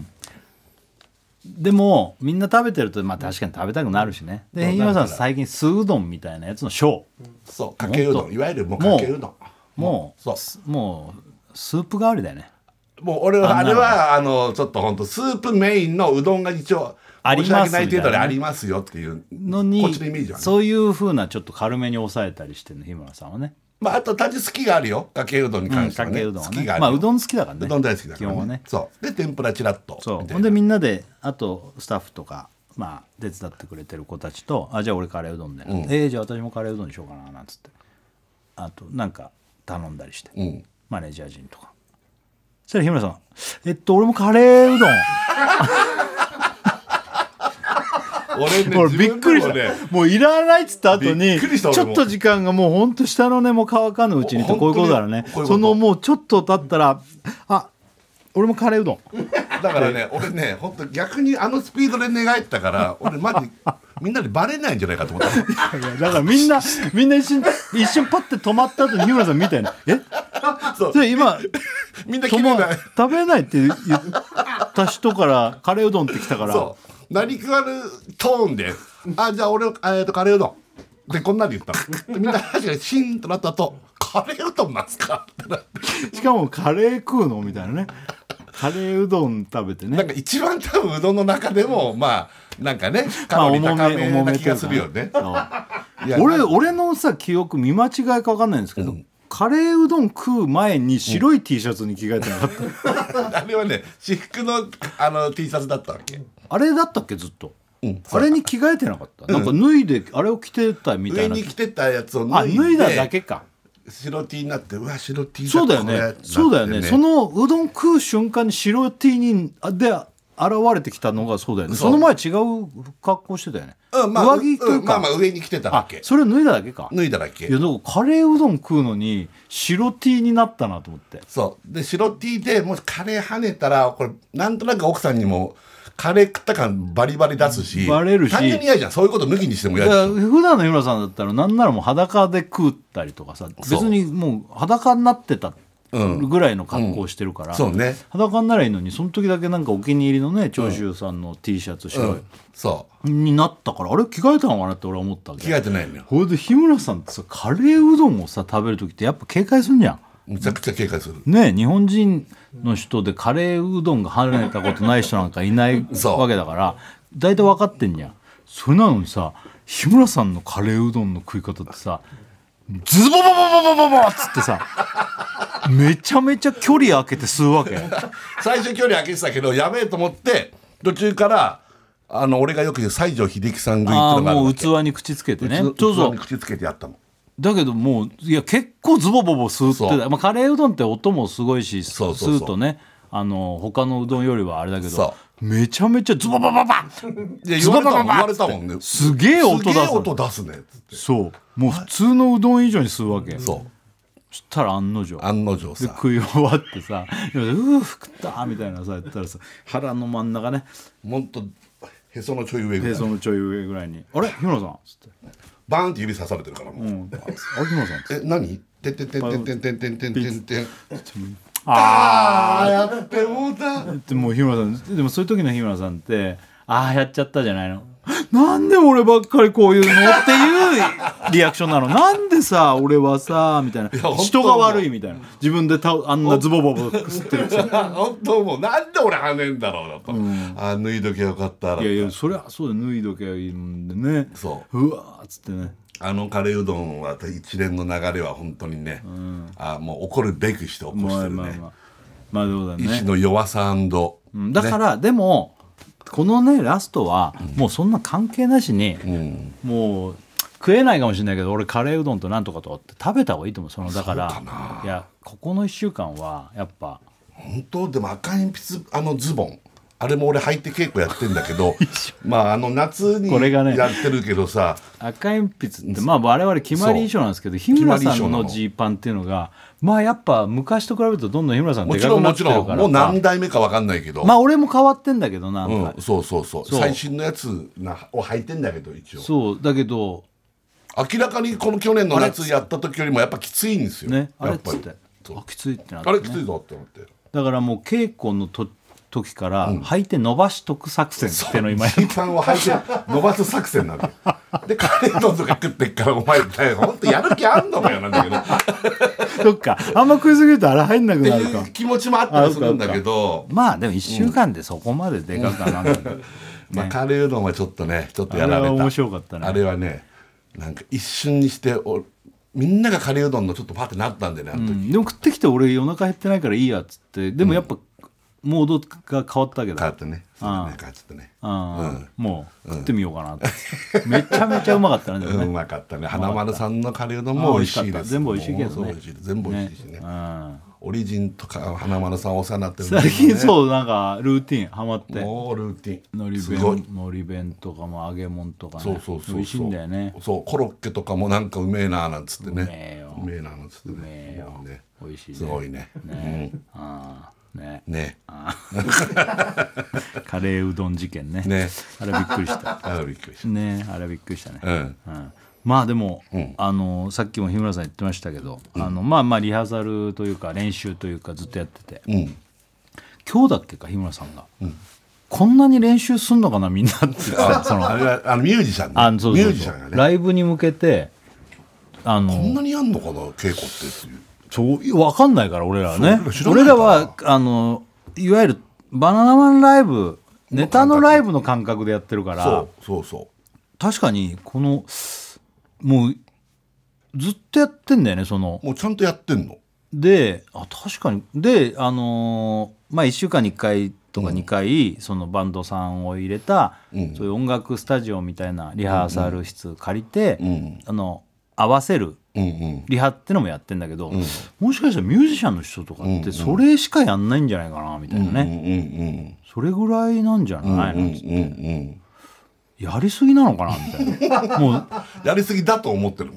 S1: でもみんな食べてるとまあ確かに食べたくなるしね
S2: そ
S1: で
S2: う
S1: 日村さ
S2: なんるから
S1: 最近酢うどんみたいなやつのショー
S2: そうかけうど
S1: ほん
S2: ん
S1: と
S2: いわゆるもうかけうどん
S1: も
S2: そう
S1: うもうスープ代わりだよね
S2: もう俺は
S1: あ
S2: あ
S1: んな
S2: れ
S1: の
S2: はあのちょっと本当スープメインのうどんが一応
S1: あり
S2: 申
S1: ます
S2: し訳ない程度
S1: みたい
S2: で
S1: な
S2: ありますよっていう
S1: のに
S2: こっちのイメージはね
S1: そういうふうなちょっと軽めに抑えたりしてるの日村さんはね
S2: まああと単純に好きがあるよかけうどんに
S1: うん
S2: 関して
S1: か
S2: は
S1: け
S2: ね
S1: うどんは
S2: 好
S1: ね
S2: きがある
S1: まあうど
S2: ん
S1: ん好きだからね
S2: うどん大好きだか
S1: 基本は
S2: ら
S1: ね
S2: ねそうで天ぷらちらっと
S1: そう
S2: みた
S1: ほ
S2: い
S1: ん
S2: な
S1: でみんなであとスタッフとかまあ手伝ってくれてる子たちと「あじゃあ俺カレーうどんで、
S2: ん
S1: えーじゃあ私もカレーうどんにしようかな」なんつってあとなんか頼んだりして、
S2: うん
S1: マネージャー陣とかそしたら日村さん「えっと俺もカレーうどん」
S2: 俺ね
S1: 俺
S2: 自
S1: びっ
S2: 分で
S1: くりし
S2: も
S1: た、
S2: ね
S1: もういらないっつった後
S2: び
S1: に
S2: っくりした
S1: ち
S2: 俺も
S1: ょっと時間がもうほんと下のねもう乾かぬうちにって
S2: ほ
S1: こういうことだよ
S2: 本
S1: ね
S2: 当にこういうこと
S1: そのもうちょっと経ったら「あ俺もカレーうどん」
S2: だからね俺ね本当逆にあのスピードで寝返ったから俺マジみんなにバレないんじゃないかと思った
S1: いやだからみんなみんな一瞬一瞬パッて止まった後に日村さんみたいな「え
S2: そう
S1: それ今
S2: みんな綺麗
S1: 止ま
S2: な
S1: 食べない」って言った人からカレーうどんって来たから
S2: そう何食わぬトーンで「あじゃあ俺えー、とカレーうどん」でこんなんで言ったのみんな確かにシーンとなった後カレーうどんなんすか?」ってなって
S1: しかもカレー食うのみたいなねカレーうどん食べて
S2: なん
S1: ね
S2: か一番多分うどんの中でもまあなんかねカロリー高めな気がするよね。
S1: そう
S2: いや
S1: 俺俺のさ記憶見間違いか分かんないんですけど、カレーうどん食う前に白い T シャツに着替えてなかった、
S2: あれはね私服のあの T シャツだったわけ。
S1: あれだったっけずっと、
S2: うん
S1: あれに着替えてなかった、なんか脱いであれを着てたみた
S2: 上
S1: いな
S2: に着てたやつを
S1: あ
S2: 脱いで
S1: 脱いだだけか
S2: 白 T になってうわ白 T だ
S1: そうだよ
S2: これ
S1: ね。そうだよね。
S2: なって
S1: そのうどん食う瞬間に白 T にあで現れてきたのがそうだよね。そ
S2: そう
S1: の前違う格好してたよね。
S2: うんまあ、
S1: 上着といううん
S2: まあま
S1: か
S2: あ、上に着てただ
S1: あ
S2: け
S1: それ脱いだだけか。
S2: 脱いだだけ
S1: いやだからカレーうどん食うのに白 T になったなと思って。
S2: そうで白 T でもしカレー跳ねたらこれなんとなく奥さんにもカレー食った感バリバリ出すし
S1: バレるし
S2: 単純に嫌じゃんそういうこと抜きにしても
S1: い
S2: 嫌じゃ
S1: や
S2: ん
S1: 普段の日村さんだったらなんならもう裸で食ったりとかさ別
S2: そう
S1: にもう裸になってた
S2: うん
S1: ぐらいの格好をしてるから、
S2: そうね
S1: 裸にならいいのにその時だけなんかお気に入りのね長州さんの T シャツ白い、
S2: そ
S1: になったからあれ着替えたのかなって俺は思ったわ
S2: う
S1: け
S2: 着替えてないのよ
S1: ほいで日村さんってさカレーうどんをさ食べる時ってやっぱ警戒すんじゃ
S2: むちゃくちゃ警戒する
S1: んねえ日本人の人でカレーうどんが離れたことない人なんかいない
S2: そう
S1: わけだから大体分かってんじゃんそれなのにさ日村さんのカレーうどんの食い方ってさズボボボボボボボっつってさめちゃめちゃ距離空けて吸 うわけ
S2: 最初距離空けてたけどやべえと思って途中からあの俺がよく言う西城秀樹さん食いって
S1: ああ
S2: のがある
S1: も
S2: わ
S1: う
S2: け
S1: 器に口つけてね
S2: 器
S1: そうそう
S2: 器に口つけてやったの
S1: だけどもういや結構ズボボボ吸って
S2: そ
S1: た、まあ、カレーうどんって音もすごいし
S2: そうそうそう
S1: 吸うとねあの他のうどんよりはあれだけど
S2: そ
S1: めちゃめちゃズボボボボ
S2: いや言われたもん言われたもんねす
S1: すげえ音出
S2: げえ
S1: すの
S2: 音出すねつって
S1: そうもう普通のうどん以上に吸うわけそ
S2: そう
S1: したら案の定で
S2: 案の定さ
S1: 食い終わってさ「でうー食った」みたいなさ言ったらさ腹の真ん中ね
S2: ほんとへそのちょい上ぐ
S1: へ
S2: らい
S1: そのちょい上ぐらいに「あれ日村さん」っつって
S2: バーンって指刺されてるからもう
S1: 「うん、あれ日村さん」っつって
S2: え、何てんてんてんてんてんてんてんてんてんてん。
S1: 「ああ」
S2: ああ、やってもうた。
S1: でも日村さんでもそういう時の日村さんってああやっちゃったじゃないのなんで俺ばっかりこういうのっていうリアクションなのなんでさ俺はさみたいない
S2: や本当
S1: 人が悪いみたいな自分でたあんなズボボボ吸ってるくせに
S2: 本当もう、なんで俺跳ねんだろうなと。あー、脱いどきゃよかった。
S1: いやいやそりゃそうだ脱いどきゃいいもんでね
S2: そう
S1: わーっつってね
S2: あのカレーうどんは一連の流れは本当にね、あーもう怒るべくして起こし
S1: ま
S2: て
S1: あ
S2: る
S1: まあ
S2: ね
S1: まあまあどうだ
S2: 意志
S1: ね
S2: の弱さ
S1: うんだから、でもこのねラストはもうそんな関係なしに、
S2: うん
S1: もう食えないかもしれないけど俺カレーうどんとなんとかとかって食べた方がいいと思うそのだから
S2: そうかない
S1: やここの1週間はやっぱ
S2: 本当でも赤鉛筆あのズボンあれも俺履いて稽古やってんだけ どまああの夏に
S1: これがね
S2: やってるけどさ、
S1: 赤鉛筆ってまあ我々決まり衣装なんですけど日村さんのジーパンっていうのがまあやっぱ昔と比べるとどんどん日村さん
S2: も
S1: で
S2: ち
S1: か
S2: ろ
S1: く
S2: ん
S1: な
S2: も
S1: って
S2: ち
S1: るから
S2: ろんもう何代目かわかんないけど、
S1: まあ俺も変わってんだけどなんか、
S2: うん、そうそうそう
S1: そう
S2: 最新のやつなを履いてんだけど一応
S1: そうだけど
S2: 明らかにこの去年の夏やった時よりもやっぱきついんですよ
S1: ねあれ
S2: や
S1: っ
S2: ぱ
S1: つ
S2: り
S1: って
S2: そう
S1: あきついってなって、
S2: あ
S1: ね、
S2: れきついぞって思って
S1: だからもう稽古のと時から履いて伸ばしとく作戦っていうのを今やっ
S2: 時間を履いて伸ばす作戦なんだよでカレー丼とか食ってっからお前本当やる気あんのかよなんだけど
S1: そっかあんま食いすぎるとあれ入んなくなる
S2: って
S1: か
S2: いう気持ちもあったりするんだけど
S1: まあでも1週間でそこまででかくはなんだ けど、
S2: まあ、カレーうどんはちょっとねちょっとやら
S1: あ
S2: れ
S1: れ
S2: た
S1: は面白かったね
S2: あれはねなんか一瞬にしておみんながカレーうどんのちょっとパッてなったんでねあの時、
S1: うんでも食ってきて俺夜中減ってないからいいやっつってでもやっぱモードが変わったわけ
S2: 変わ
S1: だ、
S2: ってねそうだね変わっちゃったね
S1: あーもう食ってみようかなって、めちゃめちゃうまかったねでもね
S2: うまかったね花丸さんのカレーうどんも美味しい
S1: あ美味しか
S2: で
S1: った
S2: す
S1: 全部美味しいけどね
S2: もう美味しい全部美味しいしね
S1: うん
S2: オリジンとか花丸さんお世話になってるんだけ
S1: 最
S2: どね
S1: 近そうなんかルーティンハマって
S2: もうルーティン
S1: のり
S2: すごい
S1: 弁のり弁とかも揚げ物とかね
S2: そうそうそうそう
S1: 美味しいんだよね
S2: そうコロッケとかもなんかうめえなーなんつってね
S1: うめえよ
S2: うめえなーなんつってね
S1: えよ
S2: もうね
S1: 美味しいね
S2: すごいね
S1: ねあーね
S2: うんね
S1: カレーうどん事件ね
S2: ね
S1: あれびっく りした
S2: あびっくりし
S1: ねあれびっくりしたね
S2: たうん
S1: うんまあでも、あのさっきも日村さん言ってましたけど、あのまあまあリハーサルというか練習というかずっとやってて
S2: うん
S1: 今日だっけか日村さんが、こんなに練習すんのかなみんなって言ってたその
S2: あれはあのミュージシャンね
S1: あのそうそうそう
S2: ミュージシャンがね
S1: ライブに向けてあの
S2: こんなにやんのかな稽古ってっていう
S1: そうわかんないから俺らはね
S2: そう知らな
S1: 俺
S2: いから
S1: らはあのいわゆるバナナマンライブネタのライブの感覚でやってるから
S2: そうそうそ
S1: 確かにこのもうずっとやってんだよねその
S2: うもうちゃんとやってんの
S1: であ確かにであのーまあ1週間に1回とか2回、そのバンドさんを入れた、
S2: うん
S1: そういう音楽スタジオみたいなリハーサル室借りて、
S2: うん
S1: あの合わせる
S2: うんうん
S1: リハってのもやってんだけど、もしかしたらミュージシャンの人とかってそれしかやんないんじゃないかなみたいなね、
S2: うんうん
S1: それぐらいなんじゃないの、
S2: うんうんうん
S1: やりすぎなのかなみた いなもうあ
S2: やりすぎだと思ってる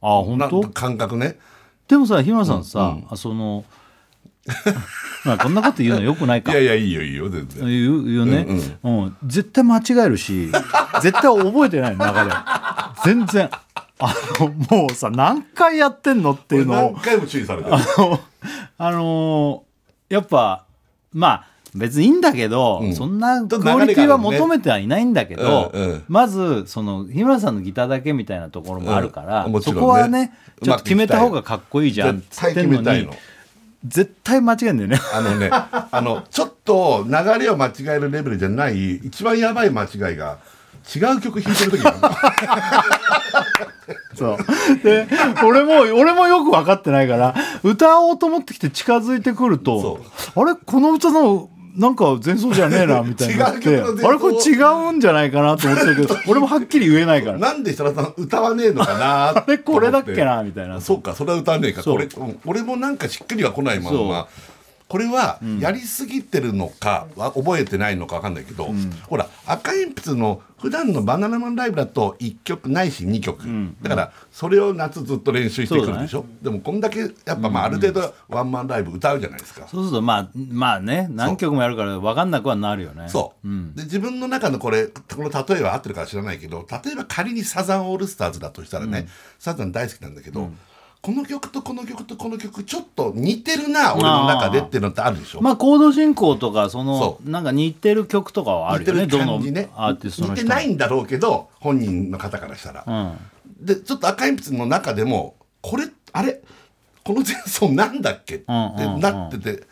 S2: もん
S1: 本
S2: なん
S1: 当
S2: か感覚ね
S1: でもさ日村さんさ、あそのまあこんなこと言うのよくない
S2: い
S1: か
S2: やいやいいよいいよ全然
S1: 言う言うね、うん絶対間違えるし絶対覚えてないの中で全然あのもうさ何回やってんのっていうの
S2: 何
S1: を
S2: 回も注意されてる
S1: あのあのーやっぱまあ別にいいんだけど、そんなクオリティは求めてはいないんだけど、
S2: うんうん
S1: まずその日村さんのギターだけみたいなところもあるから、
S2: うんもち
S1: そ
S2: ろんね
S1: こはねちょっと決めた
S2: うま
S1: 方
S2: くいきたい
S1: がかっこいいじゃんっ
S2: 絶
S1: つっ
S2: 対
S1: て
S2: 決
S1: んの
S2: めたい
S1: に
S2: の
S1: 絶対間違えんだよね
S2: あのね、あの、ちょっと流れを間違えるレベルじゃない、一番やばい間違いが、違う曲弾いてる時なの
S1: そうで俺も俺もよく分かってないから歌おうと思ってきて近づいてくるとあれこの歌のなんか前奏じゃねえなみたいになって
S2: 違う曲の前奏
S1: あれこれ違うんじゃないかなと思ってた けど俺もはっきり言えない から
S2: なんで設楽さん歌わねえのかなー
S1: あれこれだっけ
S2: と思
S1: なみたいな
S2: てそうか、それは歌わねえか。
S1: そう
S2: これうん俺もなんかしっくりは来ないまんま。これはやりすぎてるのか、は覚えてないのかわかんないけど、ほら赤鉛筆の普段のバナナマンライブだと1曲ないし2曲、だからそれを夏ずっと練習してくるでしょ、でもこんだけやっぱまあある程度ワンマンライブ歌うじゃないですか、
S1: そうするとまあまあね何曲もやるから分かんなくはなるよね
S2: そう、で自分の中のこれこの例えは合ってるか知らないけど例えば仮にサザンオールスターズだとしたらね、サザン大好きなんだけど、この曲とこの曲とこの曲ちょっと似てるな俺の中でっていうのってあるでしょ、
S1: まあコード進行とかその
S2: そ
S1: なんか似てる曲とかはある
S2: 似て
S1: よね
S2: る
S1: どの
S2: 感じね
S1: アーティストの
S2: 似て
S1: 人
S2: ないんだろうけど本人の方からしたら、
S1: うん
S2: でちょっと赤鉛筆の中でもこれあれこの前奏なんだっけって
S1: うんうんうん
S2: なってて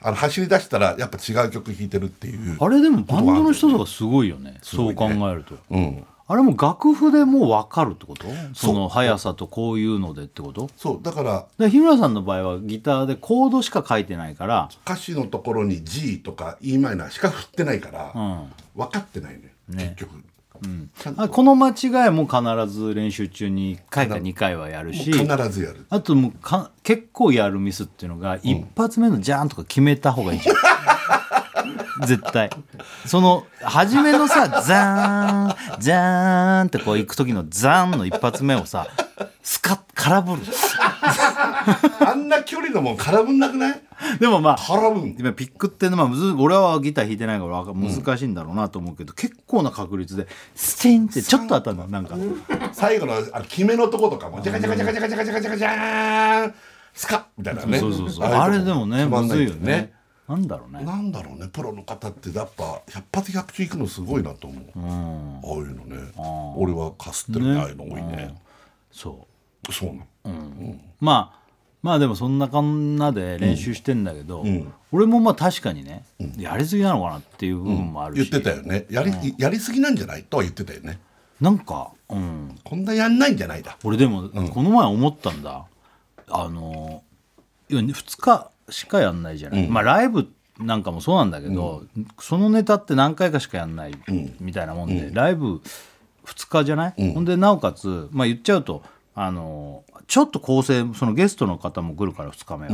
S2: あの走り出したらやっぱ違う曲弾いてるっていう
S1: あれでもバンドの人とかすごいよね
S2: ご
S1: そ
S2: いうね
S1: 考えると
S2: うん
S1: あれも楽譜でもう分かるってこと
S2: そう
S1: その速さとこういうのでってこと
S2: そうだから
S1: で日村さんの場合はギターでコードしか書いてないから
S2: 歌詞のところに G とか e マイナーしか振ってないから、分かってないのよ、結局、ちゃんと
S1: あこの間違いも必ず練習中に1回か2回はやるし
S2: もう必ずやる
S1: あともうか結構やるミスっていうのが一発目のジャーンとか決めた方がいいじゃん 絶対その初めのさザーンザーンってこう行く時のザーンの一発目をさスカッ空振る
S2: あんな距離のもん空ぶんなくない
S1: でもまあ
S2: 空ぶん
S1: 今ピックってのはむず俺はギター弾いてないからわか難しいんだろうなと思うけど、結構な確率でステンってちょっとあったんだなんか
S2: 最後のあの決めのとことかもジャカジャカジャカジャカジャカジャカジャカジャーンスカッみたいなね
S1: そうそうそうあれでもね
S2: 決ま
S1: む
S2: んな
S1: ずい
S2: んだ
S1: よねなんだろうね
S2: なんだろうねプロの方ってやっぱ百発百中いくのすごいなと思う、ああいうのね俺はかすってるねああいうの多いね、
S1: そう
S2: そうなの、
S1: まあまあでもそんなかんなで練習してんだけど、俺もまあ確かにね、やりすぎなのかなっていう部分もある
S2: 言っ
S1: し、
S2: てたよねやり,、やりすぎなんじゃないとは言ってたよね
S1: なんか、うん、
S2: こんなやんないんじゃないだ
S1: 俺でもこの前思ったんだ、あの2日しかやんないじゃない、まあライブなんかもそうなんだけど、そのネタって何回かしかやんないみたいなもんで、ライブ2日じゃない、ほんでなおかつ、まあ、言っちゃうとあのちょっと構成そのゲストの方も来るから2日目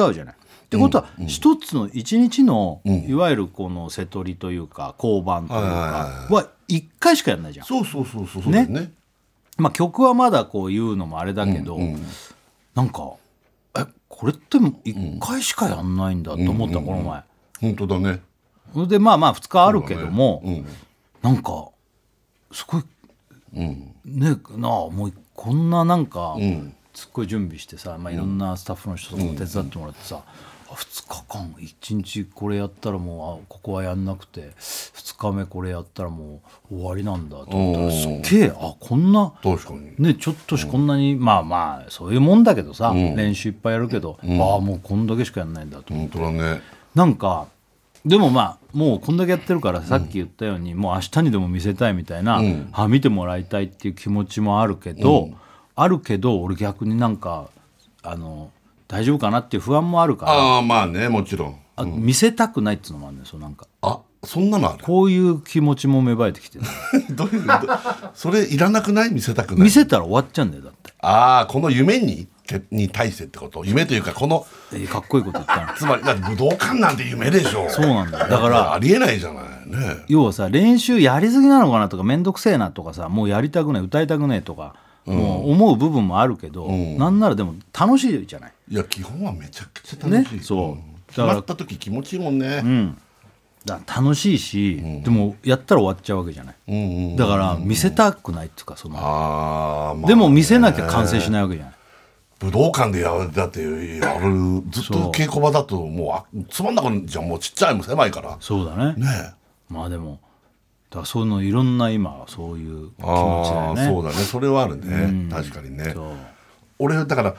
S1: は、違うじゃない。ってことは一つの一日のいわゆるこの瀬取りというか交番というかは1回しかやんないじゃん。
S2: そうそうそうそうそうだよね
S1: まあ、曲はまだこう言うのもあれだけど、なんかえこれって1回しかやんないんだと思った、この前。
S2: 本当だね
S1: それでまあまあ2日あるけども、なんかすごい、ねなあもうこんななんか、すっごい準備してさ、まあ、いろんなスタッフの人とか手伝ってもらってさ、あ2日間1日これやったらもうあここはやんなくて2日目これやったらもう終わりなんだと思ったらすっげえあこんな。
S2: 確かに
S1: ね、ちょっとしこんなに、まあまあそういうもんだけどさ、練習いっぱいやるけど、ああもうこんだけしかやんないんだと、
S2: 本当だね
S1: なんかでもまあもうこんだけやってるからさっき言ったように、もう明日にでも見せたいみたいな、あ見てもらいたいっていう気持ちもあるけど、あるけど俺逆になんかあの大丈夫かなっていう不安もあるから
S2: ああまあねもちろん
S1: あ見せたくないっていうのもあるんですよなんか
S2: あそんな のある
S1: こういう気持ちも芽生えてきてる
S2: どういうどそれいらなくない見せたくな
S1: 見
S2: い
S1: せたら終わっちゃうんだよだって
S2: ああこの夢にけに対してってこと夢というかこの
S1: えーかっこいいこと言ったの
S2: つまりだって武道館なんて夢でしょ
S1: そうなんだよだから
S2: ありえないじゃないね
S1: 要はさ練習やりすぎなのかなとか面倒くせえなとかさもうやりたくない歌いたくねえとか、もう思う部分もあるけど、なんならでも楽しいじゃない
S2: いや基本はめちゃくちゃ楽しい、
S1: ねそうん
S2: 決
S1: だから
S2: まった時気持ちいいもんね、
S1: だから楽しいし、でもやったら終わっちゃうわけじゃない、だから見せたくないっていうかその、
S2: ああまあ
S1: でも見せなきゃ完成しないわけじゃない、
S2: 武道館でやるだってやるずっと稽古場だともうあつまんなくなっちゃうもうちっちゃいもん狭いから
S1: そうだね
S2: ね
S1: まあでもだからそのいろんな今はそういう気
S2: え
S1: 持ちだよね
S2: そうだねそれはあるね、確かにね
S1: そう
S2: 俺だから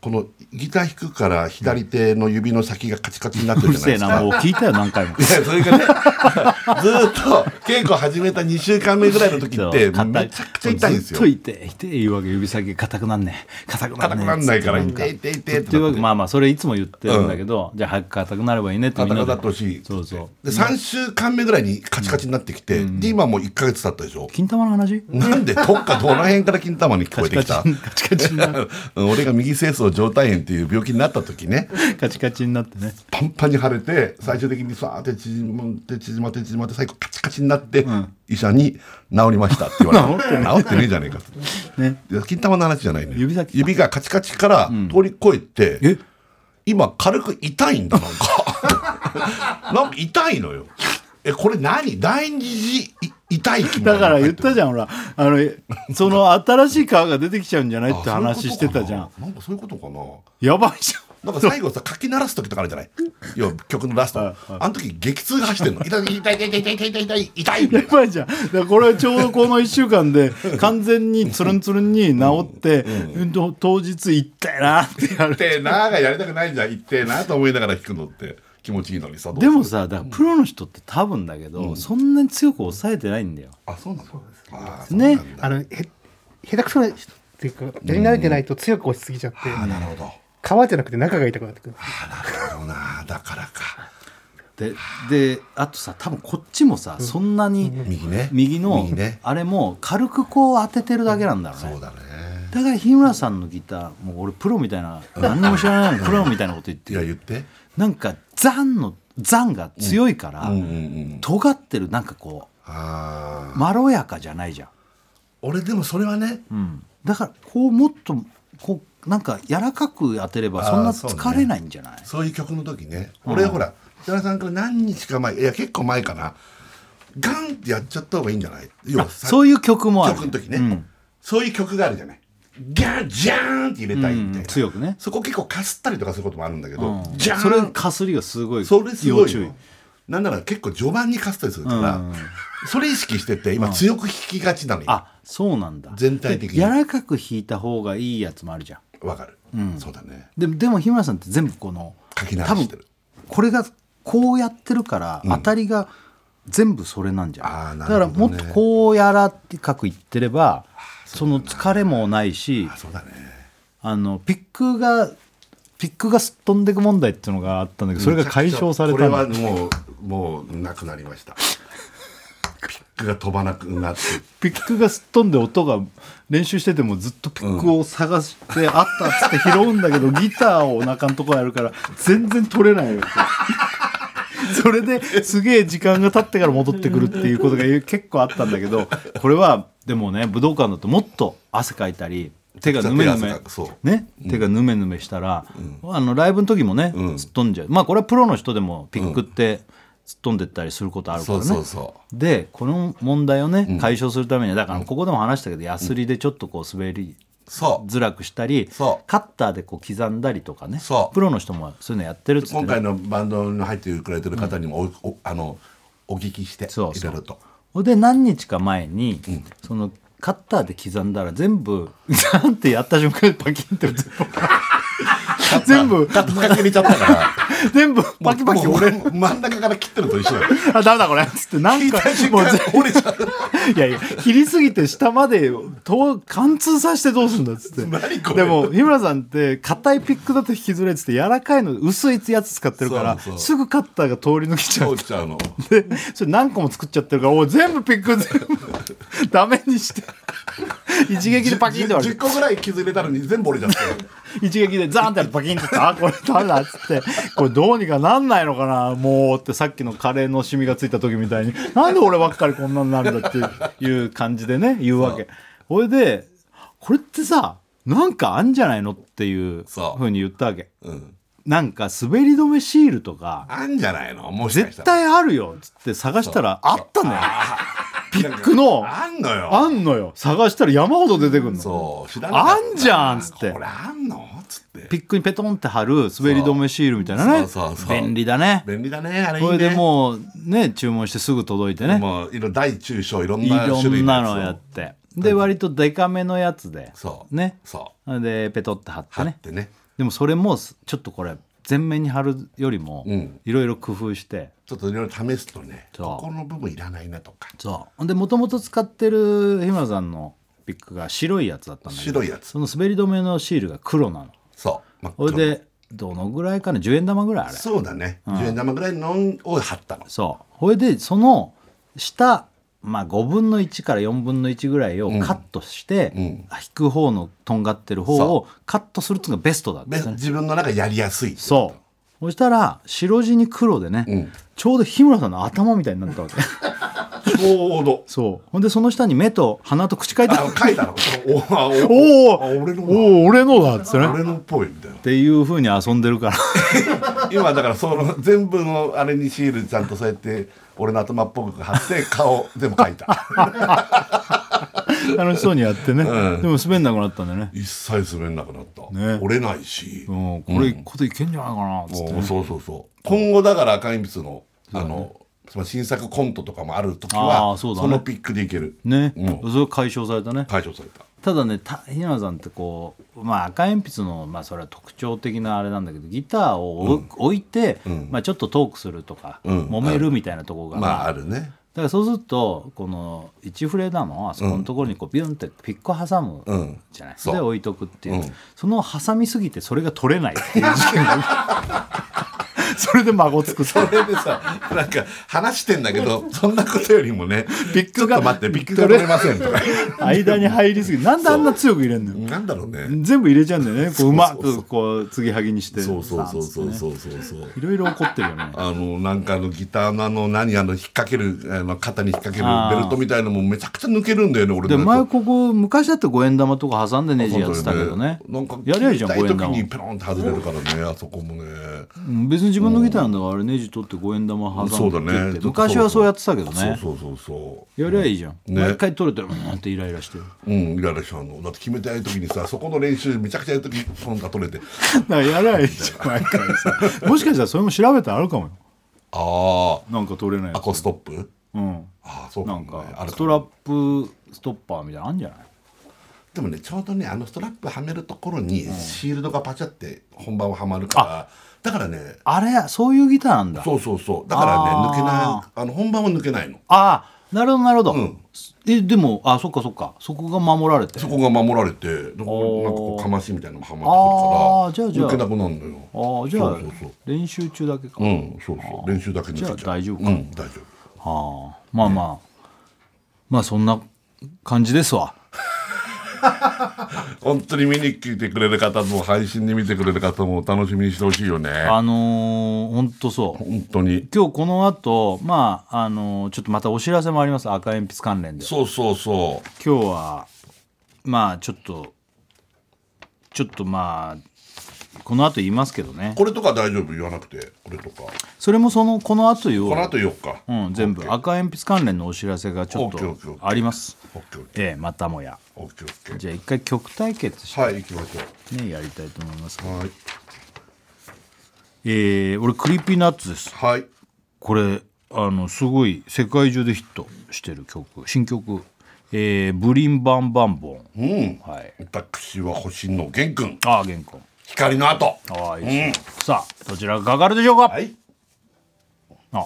S2: このギター弾くから左手の指の先がカチカチになって
S1: う
S2: る
S1: る
S2: じゃないで
S1: せえ
S2: す
S1: な
S2: か
S1: もう聞いたよ何回も
S2: いやそれがねずーっと稽古始めた2週間目ぐらいの時
S1: そう
S2: って
S1: 硬い
S2: めちゃくちゃ痛いんですよ
S1: ずっと痛い痛い言うわけ指先硬くなんねえ硬くなんね
S2: 硬くなんないから
S1: つって
S2: 痛い痛い痛いって
S1: というわけまあまあそれいつも言ってるんだけど、じゃあ早く硬くなればいいねってみんな
S2: 戦
S1: で
S2: だってほしい
S1: そうそう
S2: で3週間目ぐらいにカチカチになってきて、で今もう1か月経ったでしょ
S1: 金玉の話
S2: なんでどっかどの辺から金玉に聞こえてきた
S1: カチカチに
S2: 俺が右清掃上体炎っていう病気になった時ね
S1: カチカチになってね
S2: パンパンに腫れて最終的にさーって縮まって縮まって縮まって最後カチカチになって、医者に治りましたって言わ れて治ってねえじゃねえかって
S1: ね
S2: いや金玉の話じゃないね
S1: 指先
S2: 指がカチカチから通り越えて、
S1: え
S2: 今軽く痛いんだなんか なんか痛いのよえこれ何第二次い痛い気
S1: だから言ったじ
S2: ゃん
S1: ゃんほらあのその新しい皮が出てきちゃうんじゃないって話してたじゃん
S2: なんかそういうことかな
S1: やばいじゃん
S2: なんか最後さ、かき鳴らす時とかあるじゃない要は曲のラスト。あの時、激痛が走ってんの。痛い痛い痛い痛い痛い痛い痛い痛いみたい
S1: やばいじゃんだからこれちょうどこの1週間で完全につるんつるんに治って、うんと当日行ったよなってやる
S2: な。痛いなーがやりたくないじゃん。痛いなーと思いながら弾くのって。気持ちいいのにさどうす
S1: で
S2: る
S1: もさだからプロの人って多分だけど、そんなに強く抑えてないんだよ
S2: あそうなのあー
S1: ね
S3: あのへ下手くそな人っていうかやり慣れてないと強く押しすぎちゃって、
S2: あーなるほど
S3: 皮じゃなくて中が痛くなってくる
S2: なるほどなだからか
S1: でであとさ多分こっちもさ、そんなに
S2: 右ね
S1: 右の
S2: 右ね
S1: あれも軽くこう当ててるだけなんだろうね、
S2: そうだね
S1: だから日村さんのギターもう俺プロみたいな何にも知らないのにプロみたいなこと言っ
S2: い
S1: て
S2: や
S1: る
S2: 言って
S1: なんかザンのザンが強いから、
S2: うんうんうん
S1: 尖ってるなんかこ
S2: あ
S1: う
S2: あ
S1: まろやかじゃないじゃん、
S2: 俺でもそれはね
S1: うん、だからこうもっとこうなんか柔らかく当てれば
S2: あー
S1: そんな
S2: そうね
S1: 疲れないんじゃない、
S2: そういう曲の時ね俺ほら北田さんから何日か前いや結構前かなガンってやっちゃった方がいいんじゃない要はさ
S1: そういう曲もある
S2: 曲の時ね、
S1: うん
S2: そういう曲があるじゃないガンジャーンって入れたいみたいな、
S1: うん強くね
S2: そこ結構かすったりとかすることもあるんだけど、
S1: うん
S2: ジャ
S1: それ
S2: ーン
S1: かすりがすごい
S2: それすごい
S1: 要注
S2: よなんなら結構序盤にかすったりするから、
S1: うん
S2: それ意識してて今強く弾きがちなのよ
S1: あそうなんだ
S2: 全体的に
S1: で柔らかく弾いた方がいいやつもあるじゃん
S2: わかる、そうだね
S1: でもでも日村さんって全部この
S2: 書き直してる
S1: 多分これがこうやってるから当たりが全部それなんじ
S2: あ
S1: ゃ
S2: ー
S1: ん、
S2: な
S1: だ
S2: る
S1: か
S2: ほど
S1: ら
S2: ね
S1: もっとこうやらって書く言ってればその疲れもないし
S2: あそうだね
S1: あのピックがピックがすっ飛んでく問題っていうのがあったんだけどそれが解消された
S2: これ
S1: の
S2: はもうもうなくなりましたピックが飛ばなくなって
S1: ピックがすっ飛んで音が練習しててもずっとピックを探して、あったっつって拾うんだけどギターをお腹のところやるから全然取れないよそれですげえ時間が経ってから戻ってくるっていうことが結構あったんだけどこれはでもね武道館だともっと汗かいたり手がぬめぬ
S2: 手が
S1: め
S2: 汗かくそう
S1: ね、手がぬめぬめしたら、あのライブの時もね、
S2: うん
S1: すっ飛んじゃうまあこれはプロの人でもピックってすっ飛んでったりすることあるか
S2: そ
S1: ら
S2: う
S1: ね、
S2: そうそう
S1: でこの問題をね解消するためにはだからここでも話したけどヤスリでちょっとこう滑り
S2: そう
S1: づらくしたり
S2: そう
S1: カッターでこう刻んだりとかね
S2: そう
S1: プロの人もそういうのやってるっつって
S2: 今
S1: ね
S2: 回のバンドに入ってくれてる方にもお,、おあのお聞きして
S1: そう
S2: い
S1: そう
S2: ろいろと
S1: ほんで何日か前にそのカッターで刻んだら全部ザンってやった瞬間にパキンって全部全部
S2: だって深く入れちゃったから
S1: 全部パキパキ
S2: もう
S1: 折れ
S2: もう真ん中から切ってるのと一緒 よ
S1: あダメだこれっつってなんかもう全
S2: 折れちゃう
S1: いやいや切りすぎて下までと貫通させてどうするんだっつって
S2: 何これ
S1: でも日村さんって硬いピックだと引きずれっつって柔らかいの薄いやつ使ってるから
S2: そうそう
S1: すぐカッターが通り抜けちゃう
S2: 折れちゃうの
S1: でそれ何個も作っちゃってるからおい全部ピック全部ダメにして一撃でパキンって割れ
S2: 10個ぐらい傷入れたのに全部折れちゃってる
S1: 一撃でザーンってやるとパキンってやってあこれダメだっつってこれどうにかなんないのかなもうってさっきのカレーのシミがついた時みたいになんで俺ばっかりこんなになるんだっていういう感じでね言うわけほいでこれってさなんかあんじゃないのっていう
S2: そう
S1: ふうに言ったわけ
S2: うん
S1: なんか滑り止めシールとか
S2: あんじゃないのもう
S1: 絶対あるよっつって探したらあったのよピックの
S2: あんのよ
S1: あんのよ探したら山ほど出てくるの
S2: そう知らなかった
S1: あんじゃんっつって
S2: これあんのっつって
S1: ピックにペトンって貼る滑り止めシールみたいなね
S2: そうそうそうそう
S1: 便利だね
S2: 便利だねあれいいね
S1: これでもうね注文してすぐ届いてね
S2: もういろ大中小いろん
S1: い
S2: な
S1: ろ
S2: 種類
S1: ん
S2: の
S1: な
S2: やつを
S1: のやってで割とデカめのやつで
S2: そう
S1: ね
S2: そう
S1: でペトって貼って
S2: 貼っ
S1: ね
S2: てね
S1: でもそれもすちょっとこれ全面に貼るよりも
S2: うん
S1: いろいろ工夫して
S2: ちょっといろいろ試すとね
S1: そう
S2: ここの部分いらないなとか
S1: そうでもともと使ってる日村さんのピックが白いやつだったんだけど
S2: 白いやつ
S1: その滑り止めのシールが黒なの
S2: そう真っ
S1: そ
S2: 黒
S1: れでどのぐらいかな10円玉ぐらいあれ
S2: そうだね10円玉ぐらいのを貼ったの
S1: そうほいでその下、まあ、5分の1から4分の1ぐらいをカットして、
S2: うん
S1: 引く方のとんがってる方をカットするっていうのがベストだったん
S2: で
S1: ですね
S2: 自分の中やりやすい
S1: そうそしたら白地に黒でね、
S2: うん
S1: ちょうど日村さんの頭みたいにな ったわけ
S2: ちょうど
S1: そうほんでその下に目と鼻と口書いてあ
S2: あ
S1: る
S2: 書いたのおあお
S1: お
S2: あ
S1: ー
S2: 俺の
S1: お
S2: だ
S1: お俺のだっつってねっ
S2: 俺のっぽいみたいな
S1: ていうふうに遊んでる から
S2: 今だからその全部のあれにシールちゃんとそうやって俺の頭っぽく貼って顔全部描い た
S1: 楽しそうにやってね、
S2: うん
S1: でも滑んなくなったんだよね、
S2: 一切滑んなくなった、
S1: ね
S2: 折れないし、
S1: う
S2: も
S1: ん、これこといけんじゃないかなっつって
S2: うそうそうそう今後だから赤鉛筆のあの、その新作コントとかもある時
S1: あー
S2: は
S1: そう
S2: そ
S1: だね
S2: のピックでいける、
S1: ね、
S2: うん
S1: それ解消されたね
S2: 解消された
S1: ただねた平野さんってこう、まあ、赤鉛筆の、まあ、それは特徴的なあれなんだけどギターを置,、置いて、まあ、ちょっとトークするとか、
S2: うん
S1: 揉めるみたいなところが、
S2: まああるね
S1: だからそうするとこの1フレだのあそこのところにこうビュンってピックを挟む
S2: うん
S1: じゃない、
S2: そう
S1: で置いとくっていう、
S2: うん
S1: その挟みすぎてそれが取れな いっていう事件がそれで孫つくって
S2: それでさなんか話してんだけどそんなことよりもねピックが待ってピックが取れませんとか
S1: 間に入りすぎなんであんな強く入れんのよ
S2: なんだろうね
S1: 全部入れちゃうんだよねこううま
S2: そうそうそ
S1: く
S2: う
S1: こう継ぎはぎにして
S2: そうそうそうそう
S1: さ
S2: そうそうそう
S1: あいろいろ怒ってるよね
S2: あのなんかあのギターのあの何あの引っ掛けるあの肩に引っ掛
S1: あ
S2: ける
S1: ー
S2: ベルトみたいのもめちゃくちゃ抜けるんだよね俺
S1: で
S2: のやつ
S1: 前ここ昔だって五円玉とか挟んでネジやってたけどね
S2: なんか
S1: やりゃいいじゃん
S2: 切
S1: 五
S2: りた
S1: 円
S2: い時に
S1: 玉
S2: ペロンって外れるからねあそこもね
S1: うん別に自分のギターなんだからあれネジ取って五円玉挟んで
S2: そうだ
S1: 切っ
S2: ね
S1: て昔はそうやってたけどね
S2: そうそうそうそう
S1: やりゃいいじゃん、
S2: ね
S1: 毎回取れてるもんなんてイライラし てる
S2: うん、イライラしちゃうの。だって決めたい時にさ、そこの練習めちゃくちゃやる時にポンと取れて、
S1: だからやりゃいいじゃん毎回さもしかしたらそれも調べたらあるかもよ
S2: あ
S1: なんか取れない
S2: あ、
S1: や
S2: アコストップ
S1: つうん
S2: ああ、そうか
S1: な
S2: も
S1: ん
S2: ね、
S1: か
S2: ある
S1: ス
S2: か
S1: ト
S2: も
S1: ラップストッパーみたいなのあるんじゃない
S2: でもね、ちょうどね、あのストラップはめるところにシールドがパチャって本番ははまるから、だからね、
S1: あれそういうギターなんだ
S2: そうそうそう、だからね、抜け
S1: あ
S2: ない、あの本番は抜けないの。
S1: ああなるほどなるほど、
S2: ん
S1: えでもあそっかそっかそこが守られて
S2: そこが守られて、だからなんかこう、かましみたいなのもはまってくる
S1: あーじ
S2: か
S1: ゃあ
S2: ら、
S1: じ
S2: 抜け
S1: ゃあ
S2: なくなるのよ。
S1: ああじゃあ
S2: そうそうそう
S1: 練習中だけか、
S2: う
S1: あ
S2: ん、そうそう、練習だけ抜けちゃう。
S1: じゃあ大丈夫
S2: う
S1: か
S2: ん、大丈夫。
S1: あまあまあまあそんな感じですわ
S2: 本当に見に来てくれる方も配信で見てくれる方もお楽しみにしてほしいよね
S1: あのー、ほんとそう
S2: 本当に
S1: 今日この後、まあ、あのちょっとまたお知らせもあります赤鉛筆関連で
S2: そうそうそ
S1: 今日はまあちょっとちょっとまあこの後言いますけどね
S2: うこれとか大丈夫言わなくてこれとか
S1: それもそのこの後言おう
S2: この
S1: よ
S2: 後言おっか
S1: うん、全部
S2: OK
S1: 赤鉛筆関連のお知らせがちょっ
S2: オッケーオ
S1: と
S2: ッケーオッケー
S1: あります
S2: オッケーオッケ
S1: ええまたもや
S2: ーオッケーオッケ
S1: じゃあ一回曲対決し
S2: ーはい行きましょ
S1: てねやりたいと思いますけど
S2: うはい
S1: えー、俺クリーピーナッツです
S2: はい
S1: これあのすごい世界中でヒットしてる曲新曲えー、ブリンバンバンボン、
S2: うん
S1: はい
S2: 私は星野源君
S1: ああ玄君
S2: 光の後
S1: ああいいですね、さあどちらがかかるでしょうか、
S2: はい
S1: あ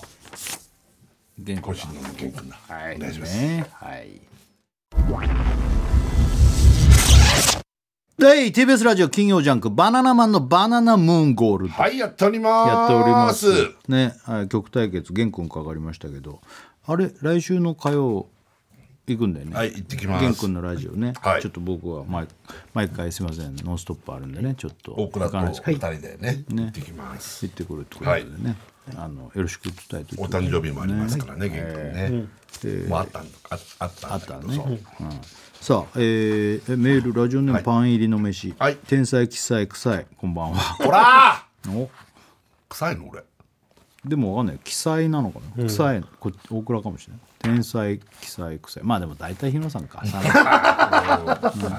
S1: 玄君
S2: 星野源君だ
S1: はい
S2: お願いします
S1: ねはい第 TBS ラジオ金曜ジャンク「バナナマンのバナナムーンゴールド」
S2: はいやっております
S1: やっておりますね、はい、曲対決玄君かかりましたけどあれ来週の火曜行くんだよね
S2: はい行ってきます
S1: 玄君のラジオね、
S2: はい
S1: ちょっと僕は毎毎回すいません「ノンストップ!」あるんでねちょっと
S2: 僕らと
S1: 行かないですけ
S2: 二
S1: ど
S2: 人でね行ってきます
S1: 行ってくるってことでね、あのよろしく伝えて
S2: お
S1: おいて
S2: 誕生日もありますからね源君ねもうあったんだああったんだけどそう
S1: さあ、えーえメールラジオネーム、パン入りの飯、
S2: はい
S1: 天才喫才臭いこ んばんは
S2: ほらー
S1: お
S2: 臭いの俺
S1: でもわかんない記載なのかな、臭いこ大倉かもしれない天才記載臭いまあでも大体日野さんか
S2: し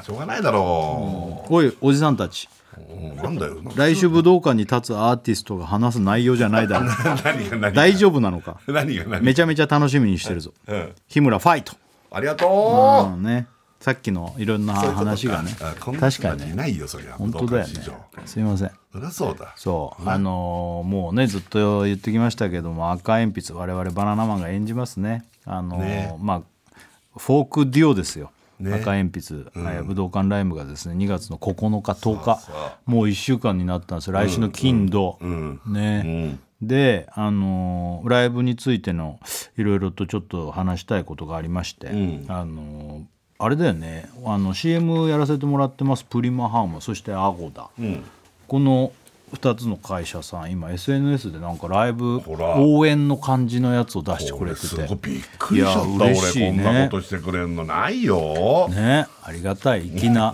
S2: ょうがないだろ
S1: おいおじさんたち
S2: う、うんなんだよな
S1: 来週武道館に立つアーティストが話す内容じゃないだろう
S2: 何が何が
S1: 大丈夫なのか
S2: 何が何
S1: めちゃめちゃ楽しみにしてるぞ、
S2: うん
S1: 日村ファイト
S2: ありがと
S1: うんねさっきのいろん
S2: う
S1: な話がね
S2: 確
S1: 確か
S2: か
S1: に
S2: に
S1: ね
S2: いないよそりゃ
S1: 本当だよね
S2: 武道館史上
S1: すいません
S2: そりゃそうだ
S1: そう、あのーもうねずっと言ってきましたけども赤鉛筆我々バナナマンが演じますねあのー
S2: ね
S1: まあフォークデュオですよ、
S2: ね
S1: 赤鉛筆、えー武道館ライブがですね2月の9日10日
S2: そうそう
S1: もう1週間になったんですよ来週の金土、
S2: うん
S1: ね、で、あのーライブについてのいろいろとちょっと話したいことがありまして、
S2: ん
S1: あのーあれだよねあの CM やらせてもらってますプリマハムそしてアゴダ、
S2: うん
S1: この2つの会社さん今 SNS でなんかライブ
S2: ほら
S1: 応援の感じのやつを出して
S2: こ
S1: く
S2: れ
S1: れて
S2: す
S1: て
S2: ごいびっくりしちゃった
S1: いや
S2: 俺
S1: 嬉しいね
S2: こんなことしてくれんのないよね
S1: ねありがたい粋な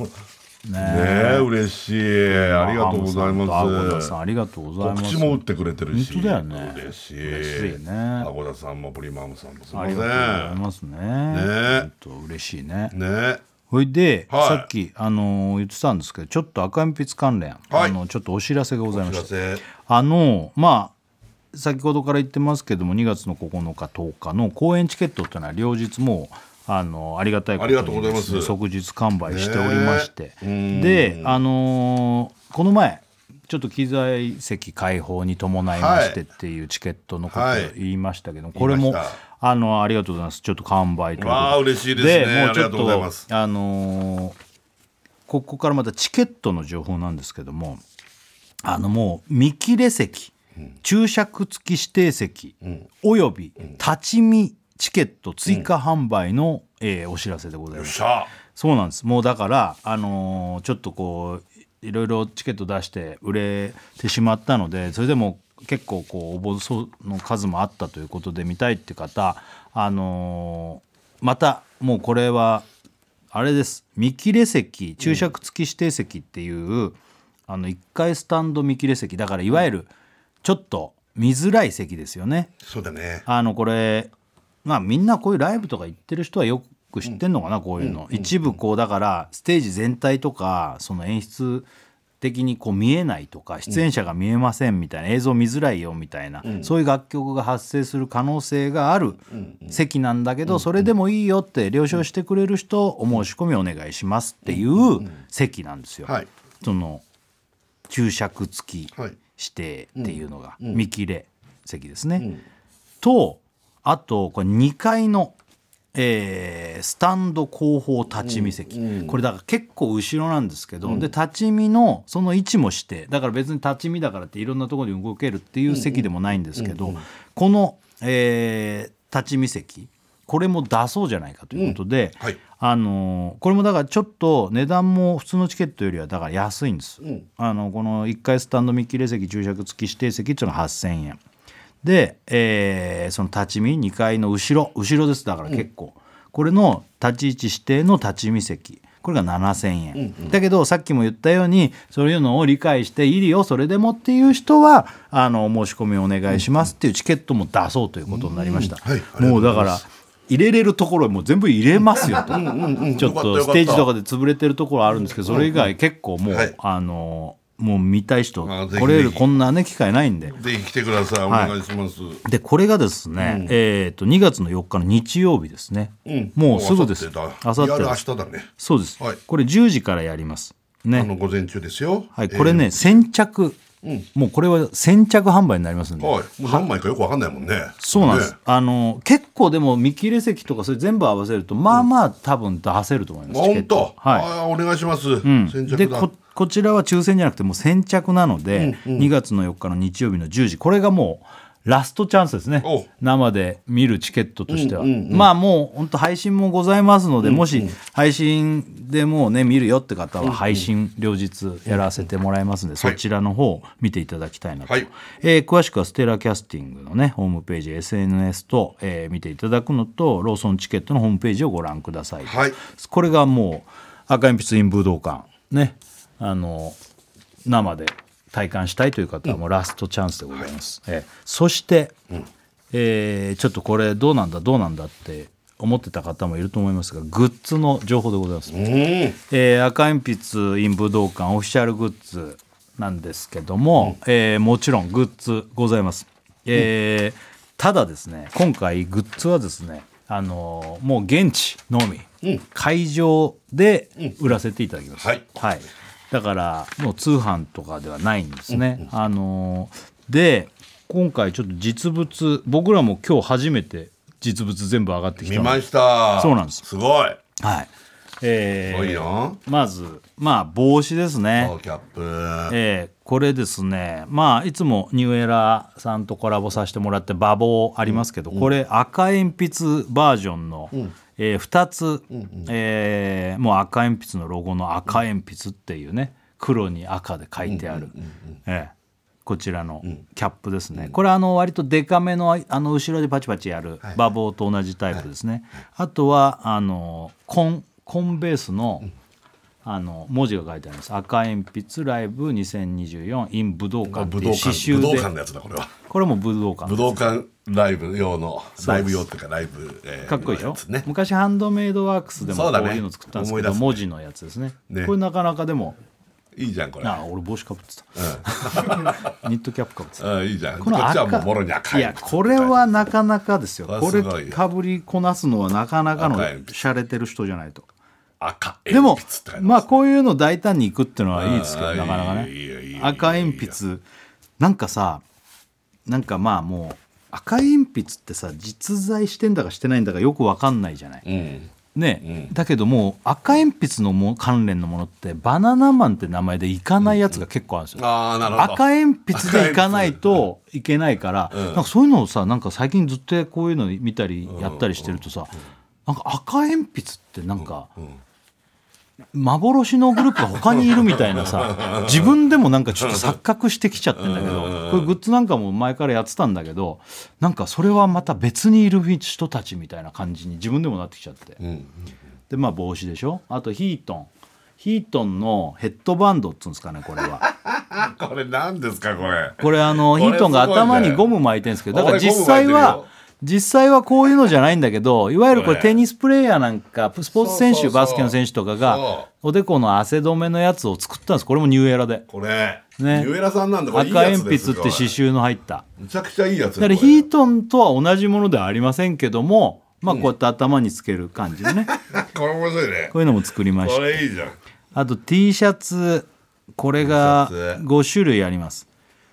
S1: ね
S2: え嬉しい ありがとうござい
S1: ハムさんとアゴ
S2: ま
S1: ダ
S2: す
S1: さんありがとうござい
S2: 告
S1: ます
S2: 知も打ってくれてるし
S1: 本当だよね
S2: 嬉しい
S1: 嬉しいね
S2: アゴダさんもプリマームさんもすい
S1: あ
S2: ませ
S1: り
S2: ん
S1: がとうございますね
S2: ね
S1: 本当嬉しいね
S2: ね
S1: ほいで、
S2: はい
S1: さっき、あのー言ってたんですけどちょっと赤鉛筆関連、
S2: はい
S1: あのちょっとお知らせがござい
S2: お
S1: ま
S2: 知ら
S1: した
S2: せ
S1: あのまあ先ほどから言ってますけども2月の9日10日の公演チケットっていうのは両日もうあのありがたいことに
S2: ありがとうございます
S1: ですね即日完売しておりまして、で、あのーこの前ちょっと機材席開放に伴いましてっていうチケットのことを言いましたけど、これ
S2: 言い
S1: も
S2: ました
S1: あのありがとうございますちょっと完売ということで
S2: わあ嬉しいですね
S1: もうち
S2: あり
S1: ょ
S2: が
S1: っ
S2: とうございます
S1: あのーここからまたチケットの情報なんですけどもあのもう見切れ席、注釈付き指定席、および立ち見チケット追加販売の、えーお知らせでござい
S2: よ
S1: ま
S2: っ
S1: す。
S2: しゃ
S1: そうなんですもうだから、あのーちょっとこういろいろチケット出して売れてしまったのでそれでも結構こう応募そうの数もあったということで見たいって方、あのーまたもうこれはあれです見切れ席注釈付き指定席っていう、あの1階スタンド見切れ席だからいわゆるちょっと見づらい席ですよね。
S2: そうだね
S1: あのこれまあみんなこういうライブとか行ってる人はよく知ってんのかな、こういうの、一部こうだからステージ全体とかその演出的にこう見えないとか出演者が見えませんみたいな、映像見づらいよみたいな、そういう楽曲が発生する可能性がある席なんだけど、それでもいいよって了承してくれる人お申し込みお願いしますっていう席なんですよ。
S2: はい
S1: その注釈付き
S2: はい
S1: 指定っていうのが見切れ席ですね。とあとこれ2階の、えースタンド後方立ち見席、これだから結構後ろなんですけど、で立ち見のその位置も指定だから別に立ち見だからっていろんなところに動けるっていう席でもないんですけど、この、えー立ち見席これも出そうじゃないかということで、
S2: うんはい
S1: あのーこれもだからちょっと値段も普通のチケットよりはだから安いんです、あのこの1階スタンド見切れ席注釈付き指定席っていうのが8000円で、えーその立ち見2階の後ろ後ろですだから結構、これの立ち位置指定の立ち見席これが7000円、だけどさっきも言ったようにそういうのを理解していいよそれでもっていう人はあのお申し込みお願いしますっていうチケットも出そうということになりました、
S2: うんはいありがとうございます
S1: もうだから入れれるところもう全部入れますよとちょっ
S2: よかったよかっ
S1: と
S2: た
S1: ステージとかで潰れてるところあるんですけどそれ以外結構もう、
S2: はい
S1: あのもう見たい人
S2: あぜひ
S1: 来れ
S2: ぜ
S1: る
S2: ひ
S1: こんなね機会ないんで
S2: ぜひ来てくださいお
S1: はい
S2: 願いします、
S1: でこれがですね、えー、と2月の4日の日曜日ですね、もうすぐです
S2: あさっ
S1: 明後
S2: て
S1: 日
S2: 明
S1: で
S2: 日
S1: す
S2: だね
S1: そうです、
S2: はい
S1: これ10時からやります
S2: あ
S1: ね
S2: の午前中ですよ
S1: はいこれね、先着、もうこれは先着販売になりますん
S2: えー
S1: で、
S2: はいもう何枚かよくわかんないもんね
S1: そうなんです、
S2: ね
S1: あの結構でも見切れ席とかそれ全部合わせるとまあまあ多分出せると思います、チケ
S2: 本
S1: ット
S2: 当、
S1: はい
S2: あーお願いします、先着
S1: で
S2: だ
S1: ここちらは抽選じゃなくてもう先着なので、2月の4日の日曜日の10時これがもうラストチャンスですね
S2: お
S1: 生で見るチケットとしては、まあもう本当配信もございますので、もし配信でもうね見るよって方は配信両日やらせてもらいますので、そちらの方を見ていただきたいなと、
S2: はい
S1: えー詳しくはステラキャスティングのねホームページ SNS と、えー見ていただくのとローソンチケットのホームページをご覧くださいと、
S2: はい
S1: これがもう赤鉛筆院武道館ねあの生で体感したいという方はもうラストチャンスでございます、ええそして、えーちょっとこれどうなんだどうなんだって思ってた方もいると思いますがグッズの情報でございます、
S2: うん
S1: えー赤鉛筆 in 武道館オフィシャルグッズなんですけども、えーもちろんグッズございます、えーただですね今回グッズはですねあのーもう現地のみ、会場で売らせていただきます、
S2: はい
S1: はい、だからもう通販とかではないんですね。あのーで今回ちょっと実物僕らも今日初めて実物全部上がってき
S2: 見
S1: たの
S2: ました
S1: そうなんです
S2: すごい
S1: はいえ
S2: す
S1: ー
S2: ごいよ
S1: まずまあ帽子ですね
S2: オ。ーキャップ
S1: えーこれですねまあいつもニューエラーさんとコラボさせてもらって馬房ありますけど、これ赤鉛筆バージョンの、えー2つ、えーもう赤鉛筆のロゴの赤鉛筆っていうね黒に赤で書いてある、えーこちらのキャップですね、これあの割とデカめのあの後ろでパチパチやる馬房と同じタイプですね、あとはあのコンコンベースの、あの文字が書いてあります赤鉛筆ライブ 2024in 武道館って
S2: 武
S1: いう
S2: 道
S1: 刺
S2: 館武道
S1: 繍
S2: 館
S1: で
S2: のやつだこれは
S1: これも武道館
S2: 武道館ライブ用の
S1: うです
S2: ライブ用っていうかライブ、えー
S1: かっこいいでし
S2: の
S1: ょ
S2: やつね
S1: 昔ハンドメイドワークスでも
S2: そう
S1: こ
S2: だ
S1: う
S2: ね
S1: いうの作ったんです
S2: 思
S1: け
S2: い
S1: ど、
S2: 出すね
S1: 文字のやつですね
S2: ね
S1: これなかなかでも
S2: いいじゃんこれ
S1: あ俺帽子かぶって た、ニットキャップかぶってた
S2: うんいいじゃん
S1: こ
S2: こ
S1: の
S2: っち
S1: 赤
S2: はもうもろに赤い
S1: いやこれはなかなかですよ
S2: これ
S1: こ
S2: す
S1: れ
S2: ごいよ
S1: かぶりこなすのはなかなかの
S2: 赤い
S1: しゃれてる人じゃないと
S2: 赤鉛
S1: でも
S2: 筆って書いてある
S1: まあこういうの大胆にいくっていうのはいいですけど
S2: うん
S1: なかなかね
S2: いいよいいよいいよ
S1: 赤鉛筆なんかさなんかまあもう赤鉛筆ってさ実在してんだかしてないんだかよくわかんないじゃない
S2: うん
S1: ね、だけどもう赤鉛筆のも関連のものってバナナマンって名前でいかないやつが結構あるんですよ、
S2: ああなるほど
S1: 赤鉛筆でいかないといけないから、なんかそういうのをさなんか最近ずっとこういうの見たりやったりしてるとさ、なんか赤鉛筆ってなんか、幻のグループが他にいるみたいな さ自分でもなんかちょっと錯覚してきちゃってんだけどこれグッズなんかも前からやってたんだけどなんかそれはまた別にいる人たちみたいな感じに自分でもなってきちゃって。でまあ帽子でしょあとヒートンヒートンのヘッドバンドっつうんですかねこれは。
S2: これ何ですかこれ
S1: これあの
S2: こ
S1: ヒ
S2: れ
S1: ートンが
S2: すごいね
S1: 頭にゴム巻いてるんですけどだから
S2: 俺ゴム
S1: 実
S2: 巻
S1: 際
S2: いてる
S1: は
S2: よ
S1: 実際はこういうのじゃないんだけどいわゆるこ
S2: こ
S1: れ
S2: れ
S1: テニスプレーヤーなんかスポーツ選
S2: そうそ
S1: 手
S2: うそう
S1: バスケの選手とか
S2: そ
S1: がおでこの汗止めのやつを作ったんですこれもニューエラで
S2: これ
S1: ね
S2: ゆえらさんなんだこ
S1: 赤
S2: れいいや
S1: 鉛
S2: つ
S1: 筆
S2: で
S1: って
S2: す
S1: 刺繍の入った
S2: むちゃくちゃいいやつ
S1: だからヒートンとは同じものではありませんけどもまあこうやって頭につける感じでね
S2: これ面白いね
S1: こういうのも作りまし
S2: こ
S1: た
S2: れいいじゃん
S1: あと T シャツこれが
S2: T シャツ
S1: 5種類あります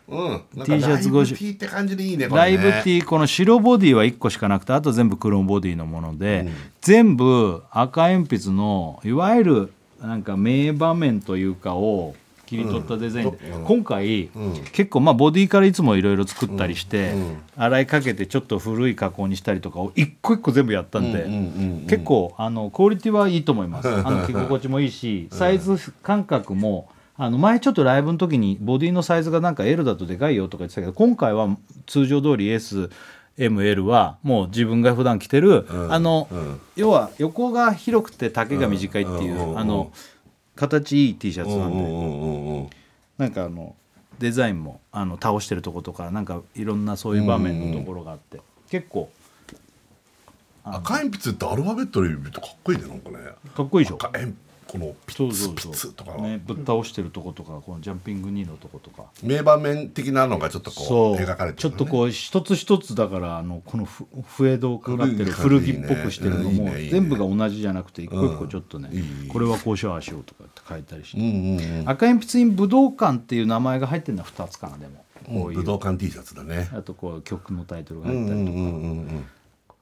S2: うんなんか
S1: T シャツ
S2: ライ
S1: ご
S2: ブ
S1: し
S2: T って感じでいいねこ
S1: ライ
S2: れね
S1: ブティーこの白ボディは1個しかなくてあと全部黒ボディのもので、全部赤鉛筆のいわゆるなんか名場面というかを切り取ったデザインで、今回、結構まあボディからいつもいろいろ作ったりして、洗いかけてちょっと古い加工にしたりとかを一個一個全部やったんで、結構あのクオリティはいいと思い ますあの着心地もいいしサイズ感覚もあの前ちょっとライブの時にボディのサイズがなんか L だとでかいよとか言ってたけど今回は通常通り SML はもう自分が普段着てる、あの、要は横が広くて丈が短いっていう、あの形いい T シャツなんで、
S2: うんうんうん
S1: なんかあのデザインもあの倒してるとことかなんかいろんなそういう場面のところがあって、結構
S2: 赤鉛筆ってアルファベットで言うとかっこいいねなんかね
S1: かっこいいでしょ
S2: 赤鉛このピ
S1: そう
S2: ッ
S1: そ
S2: ツ
S1: う
S2: ピッ
S1: そ
S2: ツ
S1: う
S2: とか
S1: ね、ぶっ倒してるとことかこのジャンピング2のとことか
S2: 名場面的なのがちょっとこう描かれて
S1: ちょ
S2: る
S1: っ
S2: のね
S1: とこう一つ一つだからあのこのふ笛堂かかってる
S2: 古
S1: 古
S2: い
S1: 着っ
S2: 感じ
S1: ぽくしてるの
S2: いいね
S1: も
S2: いいねいいね
S1: 全部が同じじゃなくて一個一個ちょっとね、
S2: いい
S1: これはこうしようああしようとかって書いたりして、
S2: うんうんうん
S1: 赤鉛筆に武道館っていう名前が入ってるのは2つかなでもこういう、
S2: 武道館 T シャツだね
S1: あとこう曲のタイトルが入ったり、
S2: うんうんうんうん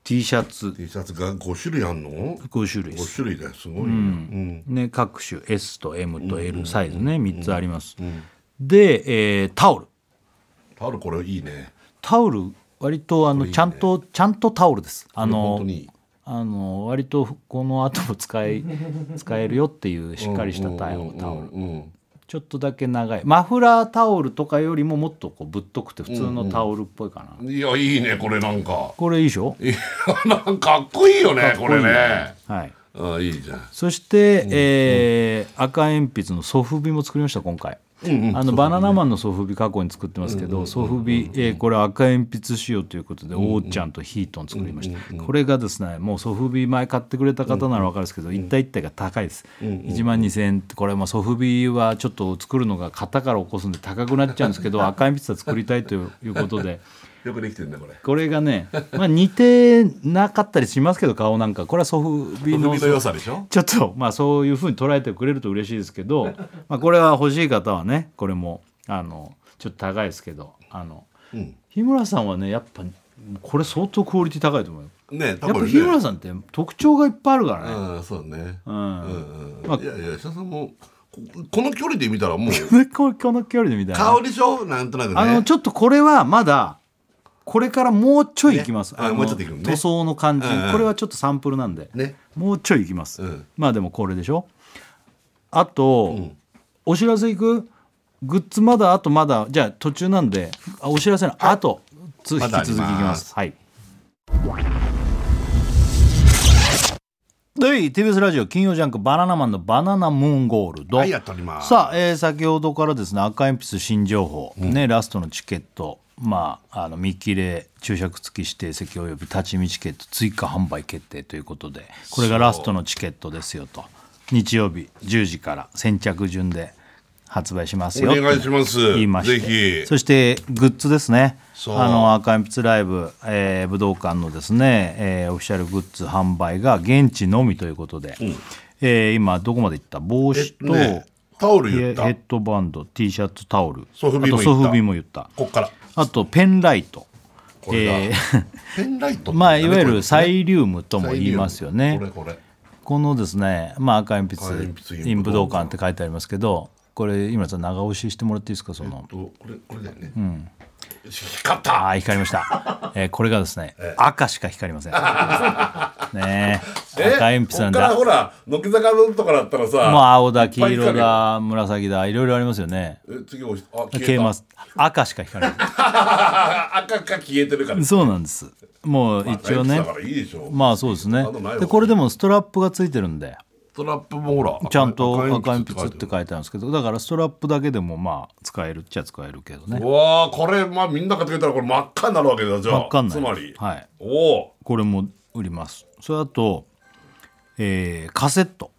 S1: T シャツ
S2: T シャツが5種類あんの
S1: 5種類
S2: 5種類ですごいねうん
S1: ね、各種 S と M と L サイズね3つあります、で、えータオル
S2: タオルこれいいね
S1: タオル割とあのちゃんとちゃんとタオルですあ
S2: 本
S1: の
S2: 当にいい
S1: あの割とこの後も 使い使えるよっていうしっかりしたタオルタオル
S2: うん
S1: ちょっとだけ長いマフラータオルとかよりももっとこうぶっとくて普通のタオルっぽいかな、
S2: いやいいねこれなんか
S1: これいいでしょ
S2: いやなんかかっこいいよねこれね
S1: はい
S2: あいいじゃん
S1: そして、えー赤鉛筆のソフビも作りました今回、あのバナナマンのソフビ過去に作ってますけど、ソフビ、えーこれは赤鉛筆仕様ということで、おーちゃんとヒートン作りました、これがですねもうソフビ前買ってくれた方なら分かるんですけど、一体一体が高いです、1万2000円ってこれまあソフビはちょっと作るのが型から起こすんで高くなっちゃうんですけ ど赤鉛筆は作りたいということで。
S2: よくできてるねこれ
S1: これがね、まあ、似てなかったりしますけど顔なんかこれはソフビの
S2: 首の良さでしょ
S1: ちょっとまあそういうふうに捉えてくれると嬉しいですけど、 まあ、これは欲しい方はねこれもあのちょっと高いですけどあの、日村さんはねやっぱこれ相当クオリティ高いと思うよ。
S2: ね多
S1: やっぱ
S2: 分
S1: 日村
S2: ね
S1: さんって特徴がいっぱいあるからね。
S2: うんそうね
S1: う
S2: うん
S1: ん
S2: うんいやいや社さんもここの距離で見たらもう
S1: ここの距離でみたいな。
S2: 顔でしょなんとなくね
S1: あのちょっとこれはまだこれからもうちょいいきます、
S2: ねあ
S1: の
S2: もうちょっといくのね
S1: 塗装の感じ、
S2: うんうん
S1: これはちょっとサンプルなんで、
S2: ね
S1: もうちょいいきます、
S2: うん
S1: まあでもこれでしょあと、お知らせいくグッズまだあとまだじゃあ途中なんであお知らせのあと、つ引き
S2: まだあ
S1: 続
S2: り
S1: きい
S2: ます
S1: きますはいで TBS ラジオ金曜ジャンク「バナナマンのバナナムーンゴールド」
S2: はいやっております
S1: さあ、えー先ほどからですね赤鉛筆新情報、ね、ラストのチケット、まあ、あの見切れ注釈付き指定席および立ち見チケット追加販売決定ということでこれがラストのチケットですよと日曜日10時から先着順で発売します
S2: お
S1: よ
S2: 願いします
S1: 言いまして
S2: ぜひ
S1: そしてグッズですね
S2: そう
S1: あの赤鉛筆ライブ、えー武道館のですね、えーオフィシャルグッズ販売が現地のみということで、えー今どこまでいった帽
S2: えっ
S1: 子
S2: と
S1: と、
S2: ねタオル言っ
S1: ヘ
S2: た
S1: ッドバンド T シャツタオル
S2: ソフビも言
S1: あと
S2: った
S1: ソフビも言った
S2: こっから
S1: あとペンライト
S2: これだ
S1: えー
S2: ペンライト
S1: まあいわゆるサ
S2: イ
S1: イリウムとも言いますよね
S2: これこれ
S1: このですね、まあ、赤鉛筆
S2: 赤鉛筆
S1: イン武道館って書いてありますけどこれ今さん長押ししてもらっていいですかその、
S2: とこれこれだよね、うん、光った
S1: ああ光りました、えーこれがですね、赤しか光りません ねえ赤鉛筆なん
S2: こっから
S1: だ
S2: ほら乃木坂のとかだったらさ
S1: もう青だ黄
S2: いっぱい
S1: 色
S2: 光るよ
S1: だ紫だいろいろありますよね
S2: え次押しあ消えた
S1: 消えます赤しか光らない
S2: 赤か消えてるから
S1: そうなんですもう一応ね、
S2: だからいいでしょ、
S1: まあそうですね
S2: あとないわ
S1: でこれでもストラップがついてるんで
S2: ストラップもほら
S1: ちゃんと赤鉛筆っ
S2: 書い
S1: て
S2: て
S1: 書いてあるんですけどだからストラップだけでもまあ使えるっちゃ使えるけど
S2: あ
S1: ね
S2: るうわーこれまあみんながつけたらこれ真っ赤になるわけだじゃあ
S1: 真っ赤にな
S2: つ
S1: る
S2: まり、
S1: はい
S2: おお
S1: これも売りますそれあと、えーカセット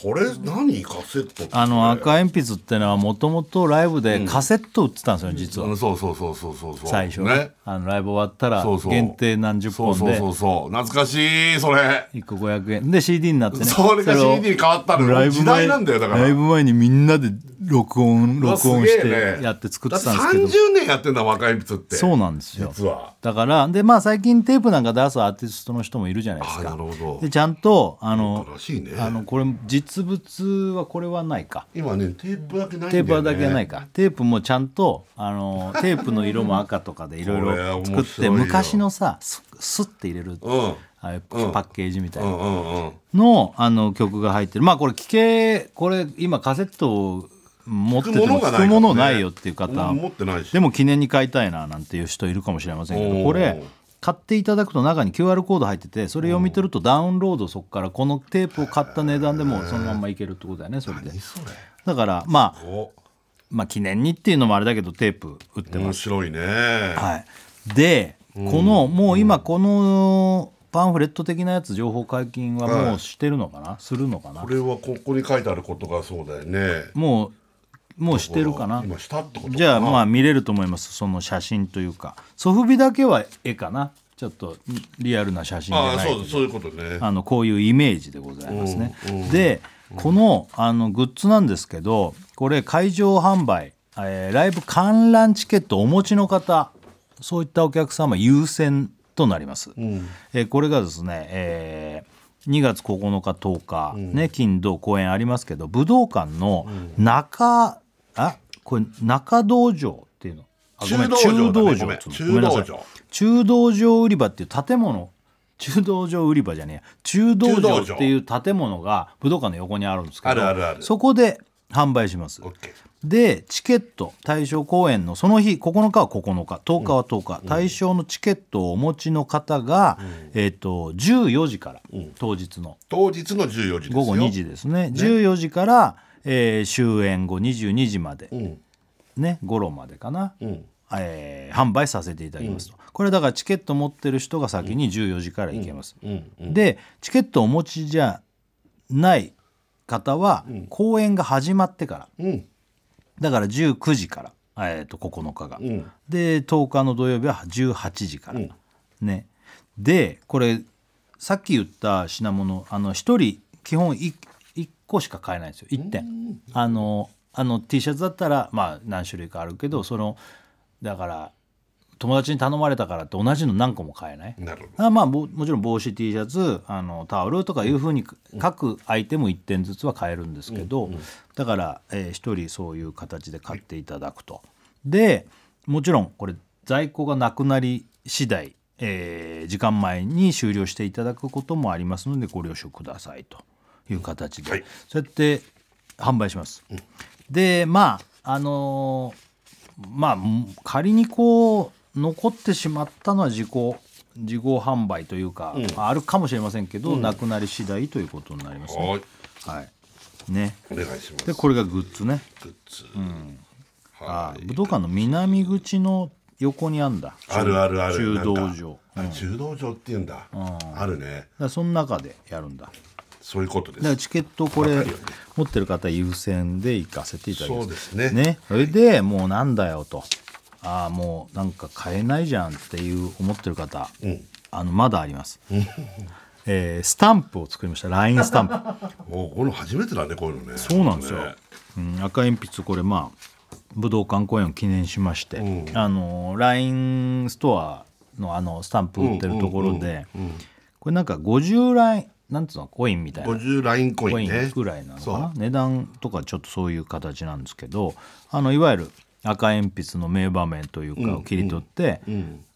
S2: これ何カセットって
S1: あの赤鉛筆ってのはもともとライブでカセット売ってたんですよ、実
S2: う
S1: は
S2: んそうそうそうそうそうそう
S1: 最初、
S2: ね
S1: あのライブ終わったら
S2: そうそう
S1: 限定何十
S2: そう
S1: 本
S2: そう
S1: で
S2: そうそう懐かしいそれ
S1: 1個500円で CD になって ね
S2: それが
S1: を
S2: CD に変わったのよ
S1: ライブ前
S2: 時代なんだよだから
S1: ライブ前にみんなで録音録音し
S2: うわすげえ
S1: て
S2: ね
S1: やって作ってたんですけ
S2: だ
S1: ど
S2: って30年やってんだ若い筆って
S1: そうなんですよ
S2: 実は
S1: だからでまあ最近テープなんか出すアーティストの人もいるじゃないです
S2: あな
S1: か
S2: るほ
S1: でちゃんとあ
S2: ど
S1: の
S2: らしいね
S1: あのこれ実物はこれはないか
S2: 今ねテープだけないんだよ、ね、
S1: テープはだけないかテープもちゃんとあのテープの色も赤とかでいろい
S2: これは
S1: ろ
S2: 面
S1: 作
S2: 白い
S1: っ
S2: よ
S1: て昔のさススッて入れる
S2: うん
S1: ああいうパッケージみたいうなん
S2: うんうん
S1: のあの曲が入ってるまあこれ聞けこれ今カセットを持ってても聞くものないよっていう
S2: も
S1: 方
S2: の持ってないし
S1: でも記念に買いたいななんていう人いるかもしれませんけ
S2: お
S1: ど
S2: ー
S1: これ買っていただくと中に QR コード入っててそれ読み取るとダウンロードそこからこのテープを買った値段でもうそのまんまいけるってことだよねそれで
S2: 何それ
S1: だからまあ
S2: お
S1: まあ記念にっていうのもあれだけどテープ売ってま
S2: 面
S1: す、
S2: 白いね、
S1: はい、でこのもう今このパンフレット的なやつ情報解禁はもうしてるのかな、するのかな
S2: これはここに書いてあることがそうだよね
S1: もうもうしてるかな
S2: 今したってことかな
S1: じゃあまあ見れると思いますその写真というかソフビだけは絵かなちょっとリアルな写真じ
S2: あ
S1: ゃ
S2: あ
S1: ない
S2: そうそういうことね
S1: あのこういうイメージでございますね。でこのあのグッズなんですけどこれ会場販売、えーライブ観覧チケットお持ちの方そういったお客様優先となります。えーこれがですね、えー2月9日10日、ね、金土公演ありますけど武道館の中、あこれ中道場っていうのあごめん
S2: 中道場だね
S1: 中道場っつう
S2: ごめん
S1: のごめんなさ
S2: 中道
S1: い
S2: 場
S1: 中道場売り場っていう建物 中道場売り場じゃねえや中道場っていう建物が武道館の横にあるんですけど
S2: あるあるある
S1: そこで販売します
S2: オッケー
S1: でチケット対象公演のその日9日は9日10日は10日、対象のチケットをお持ちの方が、えっと14時から、当日の
S2: 当日の14時ですよ
S1: 午後2時ですね14時から、えー終演後22時まで、
S2: ん
S1: ね頃までかな、
S2: ん
S1: えー販売させていただきますと、これだからチケット持ってる人が先に14時から行けます、
S2: うんうん
S1: でチケットお持ちじゃない方は、公演が始まってから
S2: うん
S1: だから19時から、えー、と9日が、
S2: ん
S1: で10日の土曜日は18時から、ねでこれさっき言った品物あの1人基本 1, 個しか買えないんですよ1点あのあの T シャツだったらまあ何種類かあるけどそのだから友達に頼まれたからって同じの何個も買えない
S2: なるほど
S1: あまあぼもちろん帽子 T シャツあのタオルとかいうふうに各アイテム1点ずつは買えるんですけど、だから、え1人そういう形で買っていただくと、でもちろんこれ在庫がなくなり次第、えー時間前に終了していただくこともありますのでご了承くださいという形で、
S2: はい
S1: そうやって販売します。でまああのーまあん仮にこう残ってしまったのは自己自己販売というか、あるかもしれませんけど、なくなり次第ということになりますね。
S2: はい
S1: はい、ね
S2: お願いします
S1: でこれがグッズね
S2: グッズ
S1: あ
S2: はい
S1: 武道館の南口の横にあんだ
S2: あるあるある
S1: 中道
S2: なん
S1: 場
S2: かあ中道場っていうんだあるね
S1: だからその中でやるんだ
S2: そういうことで
S1: だから
S2: す
S1: チケットこれ
S2: わかるよね
S1: 持ってる方優先で行かせていただきます
S2: そうですね
S1: ねそれでもうなんだよとああもうなんか買えないじゃんっていう思ってる方、あのまだあります、えースタンプを作りました LINE ス タンプ
S2: おこの初めてだねこういうのね
S1: そうなんですよ、
S2: ね
S1: うん、赤鉛筆これまあ武道館公演を記念しまして、あの LINE ストアのあのスタンプ売ってるところで、これなんか50ラインなんつうのコインみたいな
S2: 50ラインコ
S1: コ
S2: イ
S1: イ
S2: ンね
S1: ンぐらいなのか
S2: そ
S1: な
S2: う
S1: 値段とかちょっとそういう形なんですけどあのいわゆる赤鉛筆の名場面というかを切り取って、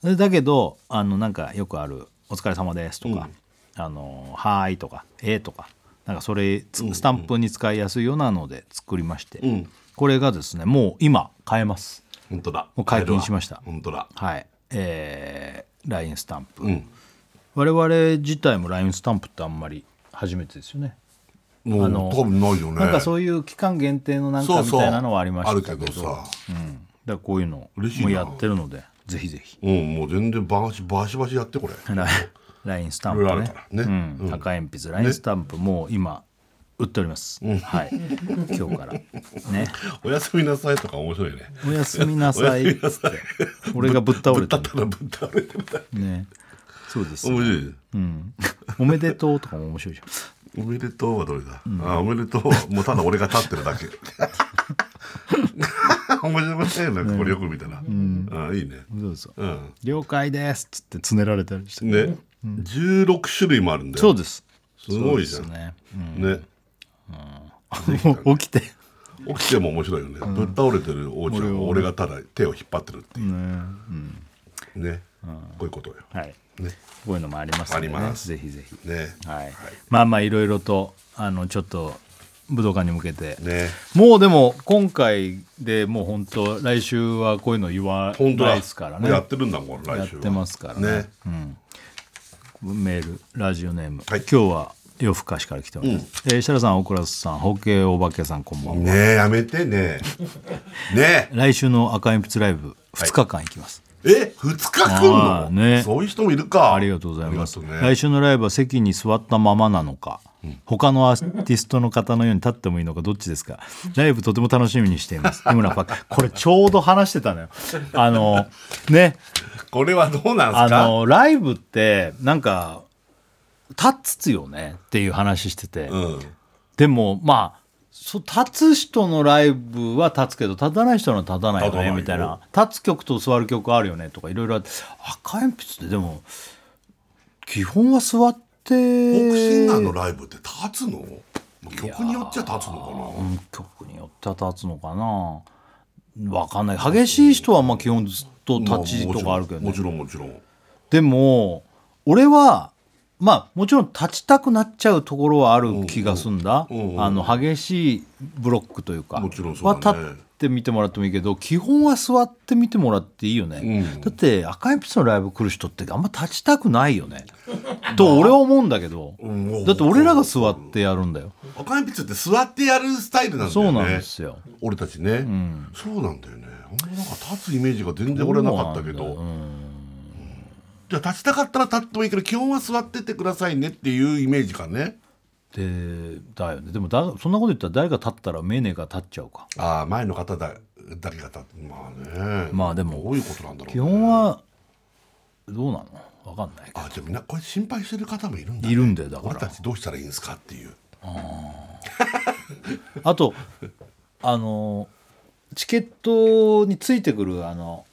S1: それだけどあのなんかよくある「お疲れ様です」とか「あのはーい」とか「えー」とかなんかそれつスタンプに使いやすいようなので作りまして、これがですねもう今買えます。
S2: 本当だ
S1: もう解禁しました
S2: 本当だ
S1: はいえー、LINE スタンプ、
S2: ん
S1: 我々自体も LINE スタンプってあんまり初めてですよね
S2: もう
S1: の
S2: 多分ないよね
S1: なんかそういう期間限定のなん
S2: そ
S1: か
S2: う
S1: み
S2: そう
S1: たいなのはありましたけど
S2: あるけどさ
S1: うん、だからこういうの
S2: 嬉しいな
S1: もやってるのでぜひぜひ
S2: うんもう全然バシバシバシやってこれ
S1: LINE スタン
S2: い
S1: プ
S2: ろいろある
S1: ね
S2: からね
S1: うん
S2: うん
S1: 赤鉛筆 LINE スタンプもう今売っております、はい今日からね
S2: おやすみなさいとか面白いね
S1: おやすみなさいって俺がぶっ倒
S2: ぶ
S1: れ
S2: った
S1: た
S2: ったらぶっ倒れてみたい
S1: ねそうです
S2: 面白いね
S1: うん、おめでとうとかも面白いじゃん
S2: おめでとうはどれだ、あおめでとうはもうただ俺が立ってるだ け面白いよねこれよく見たら、あいいね
S1: そうそう
S2: うん
S1: 了解ですっつってつねられたりして、
S2: ね、16種類もあるんだよ
S1: そうです
S2: すごいじゃん
S1: ね、
S2: ね
S1: もう 起きてね
S2: 起きても面白いよね、ぶっ倒れてるお家は俺がただ手を引っ張ってるってい
S1: うん
S2: うね、こういうことよ
S1: はい
S2: ね
S1: こういうのもありますので、ね、
S2: あります
S1: ぜひぜひ、
S2: ね
S1: はいまあまあいろいろとあのちょっと武道館に向けて、
S2: ね
S1: もうでも今回でもう本当来週はこういうの言わ
S2: 本当
S1: な
S2: だ
S1: いですからね
S2: やってるんだもん来週は
S1: やってますからね
S2: ね
S1: メールラジオネーム、
S2: はい
S1: 今日は夜更かしから来てます、えー設楽さん大倉さんホッケーお化けさんこんばんは、
S2: ねえやめて ねね
S1: 来週の赤鉛筆ライブ2日間行きます、
S2: ええ二日来ん
S1: あ
S2: の、
S1: ーね
S2: そういう人もいるか
S1: ありがとうございます、
S2: ありがとうね
S1: 来週のライブは席に座ったままなのか、他のアーティストの方のように立ってもいいのかどっちですかライブとても楽しみにしています日村パックこれちょうど話してたのよあのね
S2: これはどうなん
S1: あ
S2: すか
S1: のライブってなんか立つよねっていう話してて、
S2: うん
S1: でもまあそう立つ人のライブは立つけど立たない人のは立たないよ
S2: 立たない
S1: ね
S2: よ
S1: みたいな立つ曲と座る曲あるよねとかいろいろあって赤鉛筆ってでも基本は座って
S2: ボクシンガーのライブって立つの曲によっちゃ立つの
S1: うん曲によっては立つのかなわかんない激しい人はまあ基本ずっと
S2: かな
S1: 立ちとかあるけど
S2: も
S1: ね
S2: ちろんもちろんもち
S1: でも俺はまあもちろん立ちたくなっちゃうところはある気がすんだ、
S2: うんうんうん
S1: あの激しいブロックというか
S2: もちろんそうだね
S1: は立って見てもらってもいいけど基本は座って見てもらっていいよね、
S2: うん
S1: だって赤鉛筆のライブ来る人ってあんま立ちたくないよね、と俺は思うんだけど、
S2: ろんうん
S1: だって俺らが座ってやるんだよ、
S2: 赤鉛筆って座ってやるスタイルなんだよね
S1: そうなんですよ
S2: 俺たちね、そうなんだよねあんまなんか立つイメージが全然俺なかったけど
S1: そうなんだようん
S2: じゃあ立ちたかったら立ってもいいけど基本は座っててくださいねっていうイメージかね
S1: でだよねでもだそんなこと言ったら誰が立ったらメネが立っちゃうか
S2: ああ前の方だだけが立ってまあね
S1: まあでも
S2: どういうことなんだろう、ね、
S1: 基本はどうなのわかんないけど
S2: あじゃあみんなこれ心配してる方もいるんだ、
S1: いるんだよだか
S2: 俺た
S1: ら
S2: ちどうしたらいいんですかっていう
S1: あとあのチケットについてくるあの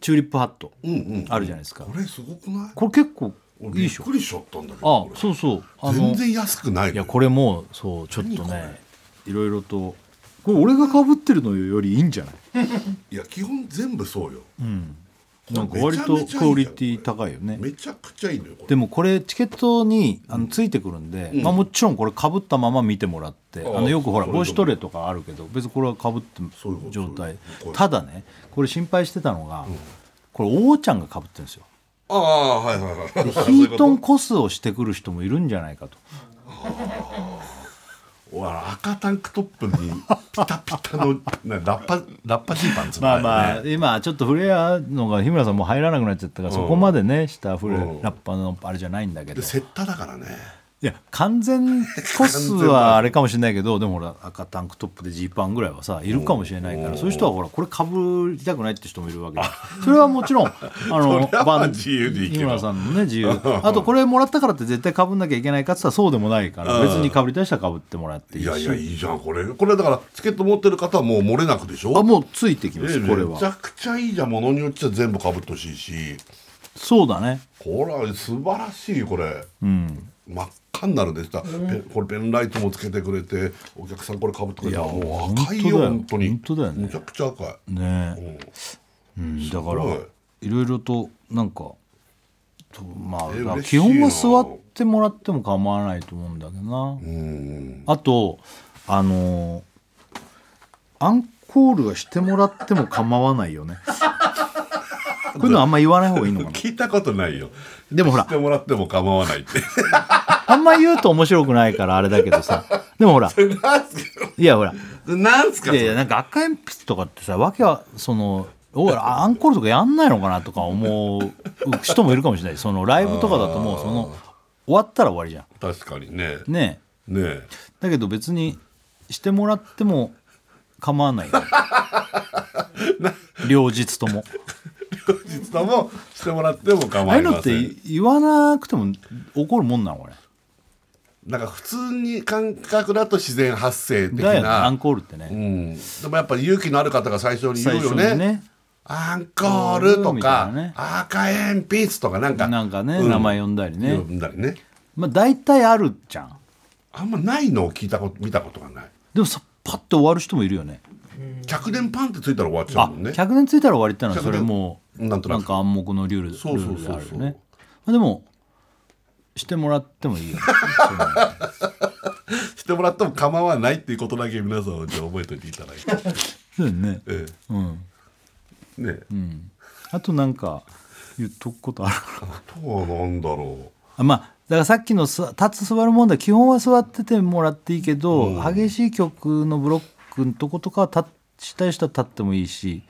S1: チューリップハット
S2: うんうん
S1: あるじゃないですか、
S2: これすごくない
S1: これ結構
S2: 俺
S1: い
S2: び
S1: い
S2: っ
S1: でしょ
S2: くりしちゃったんだけ
S1: あ
S2: どこれ
S1: そうそうあの
S2: 全然安くない
S1: い
S2: のよ
S1: やこれもうそうちょっとねいろいろとこれ俺がかぶってるのよりいいんじゃない
S2: いや基本全部そうよ、
S1: なんか割とクオリティ高いよね
S2: めちゃくちゃいいのよこれ
S1: でもこれチケットにあのついてくるんで、まあ、もちろんこれかぶったまま見てもらって
S2: ああ
S1: あのよくほら
S2: そういうこと
S1: 帽子トレとかあるけど別にこれはかぶって
S2: そういうこと
S1: 状態
S2: そういうこと
S1: ただねこれ心配してたのが、これおーちゃんがかぶってるんですよ
S2: ああはいはいはい
S1: で
S2: そうい
S1: ヒ
S2: うこと
S1: ートンコスをしてくる人もいるんじゃないかと
S2: おあ赤タンクトップにピタピタのなラッパラッパジーパンツ
S1: まあ
S2: あ
S1: まあ今ちょっとフレアのが日村さんもう入らなくなっちゃったからそこまでねしたフレ
S2: うん
S1: ラッパのあれじゃないんだけど
S2: でセッターだからね
S1: いや完全コスはあれかもしれないけどでも ほら赤タンクトップでジーパンぐらいはさいるかもしれないからそういう人はほらこれかぶりたくないって人もいるわけでそれはもち ろんあの
S2: それはまあ
S1: バン
S2: 自由でいいけど
S1: 井村さんのね 自由あとこれもらったからって絶対かぶんなきゃいけないかって言ったらそうでもないから別にかぶりたい人はかぶってもらってい
S2: い
S1: いし
S2: やいやいいじゃんこれこれだからチケット持ってる方はもう漏れなくでしょ
S1: あもうついてきま
S2: え
S1: す
S2: え
S1: これ
S2: めち
S1: は
S2: ゃくちゃいいじゃんものによっちゃ全部かぶってほしいし
S1: そうだね
S2: これは素晴らしいこれ、真っ赤になるでした、ペンこれペンライトもつけてくれてお客さんこれかぶってくれたら
S1: いや
S2: もう赤いよ本
S1: 本
S2: 当
S1: 当
S2: に
S1: だよ本当だよね
S2: めちゃくちゃ赤い、
S1: ね
S2: うん
S1: うんだから
S2: ごい
S1: いろいろとなんかとまあ
S2: え
S1: だから
S2: 嬉しい
S1: 基
S2: な
S1: 本は座ってもらっても構わないと思うんだけどな
S2: うん
S1: あとあのーアンコールはしてもらっても構わない よねこういうのあんま言わない方がいいのかな
S2: 聞いたことないよ
S1: でもほら
S2: してもらっても構わないって
S1: あんま言うと面白くないからあれだけどさでも ほら
S2: なんすか
S1: いやほら
S2: なんすか
S1: い
S2: そ
S1: やい
S2: れ
S1: やなんか赤鉛筆とかってさわけはそのおいアンコールとかやんないのかなとか思う人もいるかもしれないそのライブとかだともうその終わったら終わりじゃ
S2: 確かにね
S1: んね
S2: ねえ
S1: えだけど別にしてもらっても構わないよ両日とも
S2: 実はもしてもらっても構
S1: ああい
S2: いう
S1: の
S2: ま
S1: っ
S2: せ
S1: て
S2: ん
S1: 言わなくても怒るもんなのこれ
S2: なんか普通に感覚だと自然発生的
S1: だよねア
S2: な、
S1: ンコールってね、
S2: うん、でもやっぱり勇気のある方が最初に言
S1: 最
S2: う
S1: 初
S2: よ
S1: に
S2: ね
S1: ね
S2: アンコールと
S1: みた
S2: か
S1: いなね
S2: 赤鉛筆とかなんか
S1: なんかね、
S2: う
S1: 名前呼んだりね、
S2: 呼んだりね
S1: まあ大体あるじゃん
S2: あんまないのを聞いたこと見たことがない
S1: でもさパッと終わる人もいるよね
S2: 100年パンってついたら終わっちゃ
S1: あ
S2: うもんね
S1: 100年ついたら終わりってのは
S2: 100
S1: それもう
S2: なんとなく
S1: か暗黙のルール
S2: そうそうそうそう
S1: ルールであるよねまあでもしてもらっても いいよ
S2: してもらっても構わないっていうことだけ皆さんはじゃあ覚えておいていただい て、
S1: そうだよね
S2: え
S1: うん、
S2: えねえ
S1: うん、あとなんか言っとくことあるかな
S2: あとはなんだろ
S1: あまあだからさっきのす立つ座る問題基本は座っててもらっていいけど、激しい曲のブロックのとことかは立したい人は立ってもいいし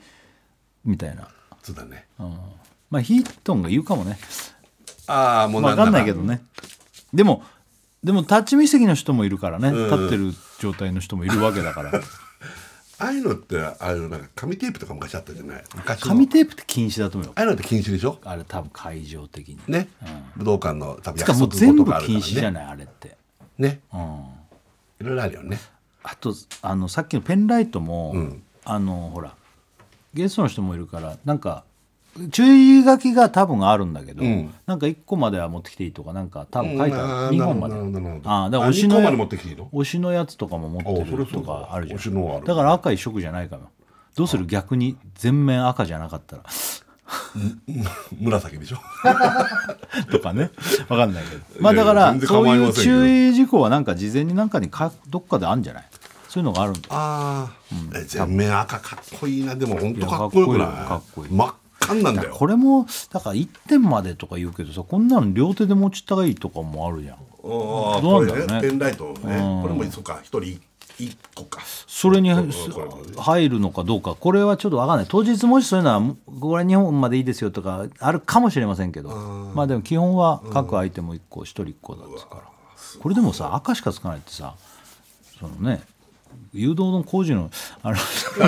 S1: みたいな、
S2: うそうだね
S1: うん、まあヒートンが言うかもね
S2: ああもう
S1: わ
S2: ら
S1: かんないけどねでもでも立ち見席の人もいるからね、
S2: ん
S1: 立ってる状態の人もいるわけだ から
S2: ああいうのってああいうなんか紙テープとか昔あったじゃない昔の
S1: 紙テープって禁止だと思うよ
S2: ああいうのって禁止でしょ
S1: あれ多分会場的に
S2: ね、武道館の多分
S1: しかももう
S2: 約束
S1: 全
S2: 事
S1: 部
S2: があるから
S1: 禁
S2: ね
S1: 止じゃないあれって、
S2: ね
S1: うん、
S2: いろいろあるよね
S1: あとあのさっきのペンライトも、
S2: ん
S1: あのほらゲストの人もいるからなんか注意書きが多分あるんだけど、
S2: うん
S1: なんか1個までは持ってきていいとかなんか多分書いてあ
S2: うん
S1: る、2本まで
S2: なるほどなるほど
S1: ああだから
S2: あ
S1: 推しの
S2: 二個まで持ってきていいの
S1: 推しのやつとかも持
S2: あ
S1: っ
S2: そ
S1: て
S2: れ
S1: る
S2: そ
S1: と
S2: うだ
S1: かあるじゃん
S2: 推しのはある
S1: だから赤一色じゃないかなどうする逆に全面赤じゃなかったら
S2: 紫でしょ
S1: とかね分かんないけどまあだから
S2: 全然
S1: そう
S2: 構い
S1: い
S2: ま
S1: う
S2: せんけど
S1: 注意事項はなんか事前になんかにかどっかであるんじゃないそういうのがあるんだよ
S2: ああ、え全面赤かっこいいなでも本当かっ
S1: い
S2: こ
S1: や
S2: よくない
S1: かっこいいよか
S2: 真
S1: っこいい
S2: っ赤になんだ
S1: だから
S2: よ
S1: これもだから1点までとか言うけどさこんなの両手で持ちたいとかもあるじゃん
S2: ああ
S1: どうなんだろうね
S2: これペンライトのね
S1: ん
S2: これもそうか一人一個か
S1: それに
S2: うん
S1: す
S2: これこれ
S1: 入るのかどうかこれはちょっと分かんない当日もしそういうのはもうこれ日本までいいですよとかあるかもしれませんけどまあでも基本は各アイテム1個1人1個だっつうからこれでもさ赤しかつかないってさそのね誘導の工事のあの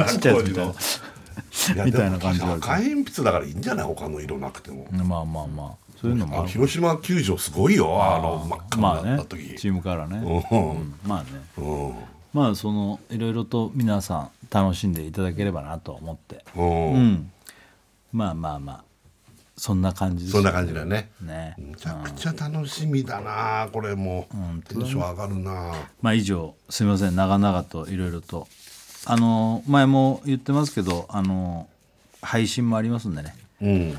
S1: ちっちゃいやつみたいな
S2: や
S1: みたいな感じ
S2: で
S1: があ
S2: も
S1: る
S2: 赤鉛筆だからいいんじゃない他の色なくても、
S1: まあまあまあそういうのも
S2: あ
S1: ある
S2: 広島球場すごいよあの真っ赤に
S1: ま
S2: な
S1: あね
S2: った時、
S1: チームからねうんまあね
S2: うん
S1: まあそのいろいろと皆さん楽しんでいただければなと思って
S2: うん、
S1: うんまあまあまあそんな感じです
S2: そんな感じだね
S1: ね
S2: めちゃくちゃ楽しみだなこれもテンション上がるな
S1: まあ以上すみません長々といろいろとあの前も言ってますけどあの配信もありますんでね
S2: うん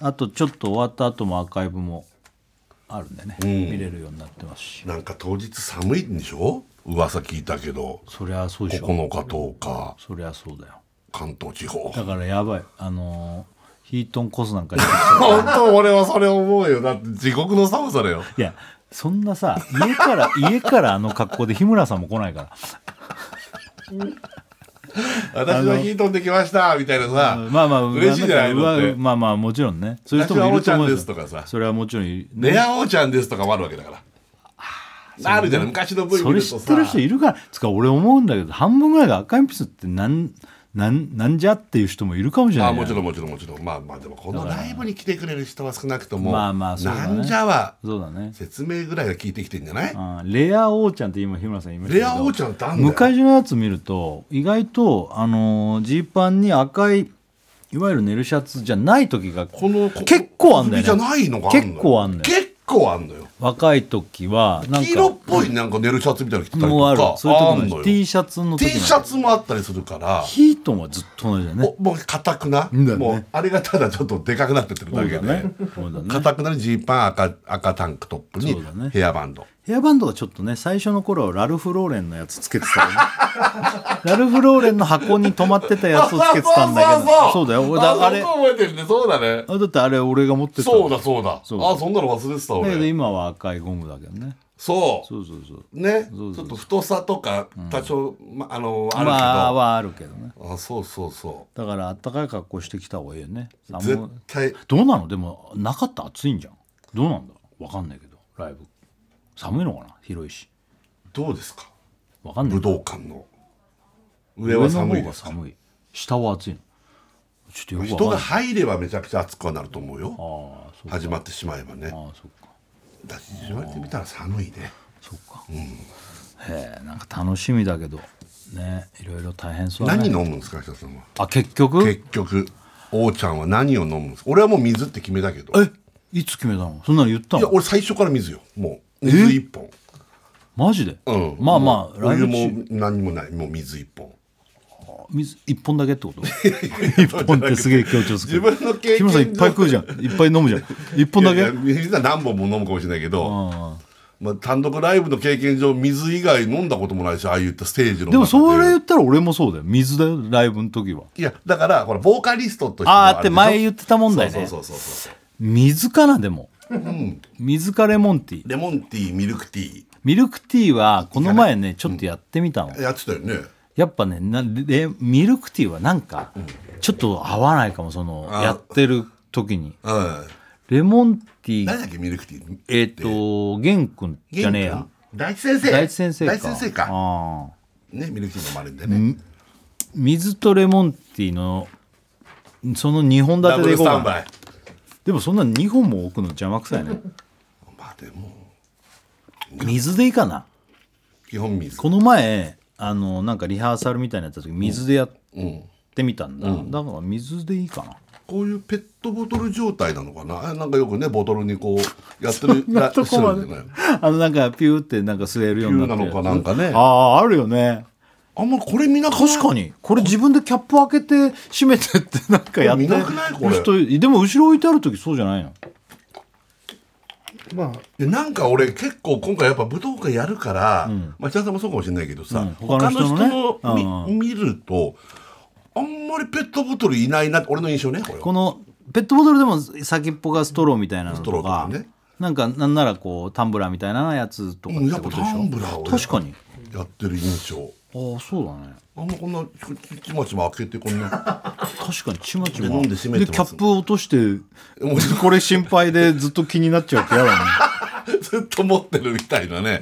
S1: あとちょっと終わった後もアーカイブもあるんでね、見れるようになってますし
S2: なんか当日寒いんでしょ噂聞いたけど
S1: そりゃそうでしょ
S2: 9日10日
S1: そりゃそうだよ
S2: 関東地方
S1: だからやばいあのヒートンコスなんかに
S2: 本当俺はそれ思うよだって地獄の寒さだよ
S1: いやそんなさ 家から家からあの格好で日村さんも来ないから
S2: 私の火飛んできましたみたいなさ
S1: まあまあ
S2: 嬉しいじゃないのっ
S1: うわ
S2: て
S1: まあまあもちろんねそういう人もいると思
S2: 私は王
S1: う
S2: ちゃんですとかさ
S1: それはもちろんいる
S2: レア王ちゃんですとかもあるわけだからあるじゃない昔の V
S1: そ
S2: 見
S1: れ
S2: る
S1: 知
S2: と
S1: ってる
S2: さ
S1: 人いるからつか俺思うんだけど半分ぐらいが赤鉛筆ってなんなんなんじゃっていう人もいるかもしれな
S2: あ
S1: い
S2: もちろんもちろんもちろんまあまあでもこのライブに来てくれる人は少なくとも
S1: まあまあそうだね
S2: なんじゃは
S1: そうだね
S2: 説明ぐらいが聞いてきてんじゃない
S1: うんレア王ちゃんって今日村さん言いましたけ
S2: レ
S1: ど
S2: ア王ちゃんってあんだよ
S1: 昔のやつ見ると意外とあのージーパンに赤いいわゆるネルシャツじゃない時が
S2: このこ
S1: 結構あんだよね
S2: 首じゃないのがあんのよ
S1: 結構あんのよ
S2: 結構あんのよ
S1: 若い時はなん
S2: 黄色っ
S1: か
S2: ぽいなんか寝るシャツみたいなの着てたり
S1: もうあ
S2: と
S1: る
S2: か
S1: そういう
S2: あんの
S1: 時も
S2: よ
S1: T シャツの
S2: T
S1: 時
S2: シャツもあったりするから
S1: ヒートンはずっと同じだよね
S2: おもう硬くな、
S1: んだよね
S2: もうあれがただちょっとでかくなってってる
S1: そ
S2: だ
S1: う
S2: け
S1: だ
S2: で
S1: ねそうだね
S2: 硬、くなるジーパン赤赤タンクトップに
S1: そうだね
S2: ヘアバンド、
S1: ヘアバンドはちょっとね最初の頃はラルフ・ローレンのやつつけてたよ ねラルフ・ローレンの箱に止まってたやつをつけてたんだ けど
S2: あ
S1: そうだよ俺
S2: あ
S1: だあ
S2: れ
S1: れ
S2: 覚えてるねそうだね
S1: あだってあれ俺が持ってた
S2: そうだそうだ
S1: そう
S2: あそんなの忘れてた
S1: だけど
S2: 俺
S1: 今は赤いゴムだけどね
S2: そう
S1: そうそうそう
S2: ね
S1: そうそう
S2: ちょっと太さとか多少、まあのあるけど、
S1: まあはあるけどね
S2: あそうそうそ
S1: だからあったかい格好してきた方がいいよね
S2: う
S1: 寒い
S2: 絶対
S1: どうなのでもなかったら暑いんじゃんどうなんだろうわかんないけどライブ寒いのかな広いし
S2: どうですか
S1: わかんない
S2: 武道館の上は寒いで
S1: 上の方が
S2: すか
S1: 寒い下は暑いのちょっとよく
S2: 人
S1: わか
S2: が
S1: んない
S2: 入ればめちゃくちゃ暑くはなると思うよ
S1: ああそう
S2: 始まってしまえばね
S1: ああそっか
S2: だって言われてみたら寒いね
S1: そっか、へえなんか楽しみだけどねいろいろ大変そうだ
S2: 何
S1: ね
S2: 飲むんですか久さんは
S1: あ結局
S2: 結局王ちゃんは何を飲むんですか俺はもう水って決めたけどい
S1: えいつ決めたのそんなの言った
S2: や
S1: の
S2: 俺最初から水よもう水一本
S1: マジで、
S2: うん
S1: まあまあ
S2: もうお
S1: ライ
S2: 湯
S1: ブ
S2: も
S1: 中
S2: 何もないもう水一本
S1: 水一本だ けってこと一本ってすげえ強調す
S2: 自
S1: る
S2: 分の経験
S1: 日村さんいっぱい食うじゃんいっぱい飲むじゃん一本だ
S2: い
S1: け
S2: やいや水は何本も飲むかもしれないけど、
S1: あ
S2: まあ、単独ライブの経験上水以外飲んだこともないしああいったステージの中
S1: あでもそれ言ったら俺もそうだよ水だよライブの時はい
S2: やだからほらボーカリストとして
S1: あーって前言ってた問
S2: んだ
S1: 題
S2: よ
S1: ね
S2: そうそうそうそう
S1: 水かなでも、水かレモンティー
S2: レモンティーミルクティ
S1: ミルクティーはこの前ねちょっとやってみたの、
S2: ーやってたよね
S1: やっぱねなレミルクティーはなんかちょっと合わないかもその
S2: あ
S1: やってる時に
S2: うん
S1: レモンティ
S2: 何
S1: ー
S2: だっけミルクティー
S1: えっ、と玄君じゃねえや
S2: 大地先生
S1: 大地先生か
S2: 大地先生か
S1: ああ
S2: ねミルクティー飲まれるんでね
S1: 水とレモンティーのその2本
S2: ダ
S1: 立
S2: ブ
S1: てでい
S2: ル
S1: こ
S2: ス
S1: う
S2: タン
S1: かな
S2: バイ
S1: でもそんな2本も置くの邪魔くさいね
S2: まあでも
S1: 水でいいかな
S2: 基本水
S1: この前あのなんかリハーサルみたいなやった時水でやっ
S2: うん
S1: てみたんだ、だから水でいいかな
S2: こういうペットボトル状態なのかなあなんかよくねボトルにこうやって る
S1: なとこま
S2: や
S1: で
S2: ってるじゃない
S1: あのなんかピューってなんか吸えるようになってる
S2: ピューなのかなんかね
S1: あああるよね
S2: あんまこれ見なくない
S1: 確かにこれ自分でキャップ開けて閉めてってなんかやって
S2: 見なくないこれ
S1: 人でも後ろ置いてある時そうじゃないの
S3: まあ
S2: でなんか俺結構今回やっぱ武道館やるから、まあ北田さんもそうかもしれないけどさ、
S1: うん
S2: 他
S1: 他
S2: の
S1: の
S2: 人
S1: 人
S2: の,、
S1: のねうん
S2: 見見るとあんまりペットボトルいないな俺の印象ねこれは
S1: このペットボトルでも先っぽがストローみたいなの
S2: ストロー
S1: と
S2: とか
S1: か
S2: ね
S1: なんかなんならこうタンブラーみたいなやつとか
S2: うん
S1: っ
S2: やってぱ
S1: ことで
S2: タ
S1: しょ、
S2: ンブラーを
S1: 確かに
S2: やってる印象
S1: ああそうだね
S2: あんまこんなちちまちま開けてこんな
S1: 確かにちまちま
S2: で飲んで閉めてます
S1: でキャップ落として
S2: もう
S1: これ心配でずっと気になっちゃうってやだ ね
S2: ずっと持ってるみたいなね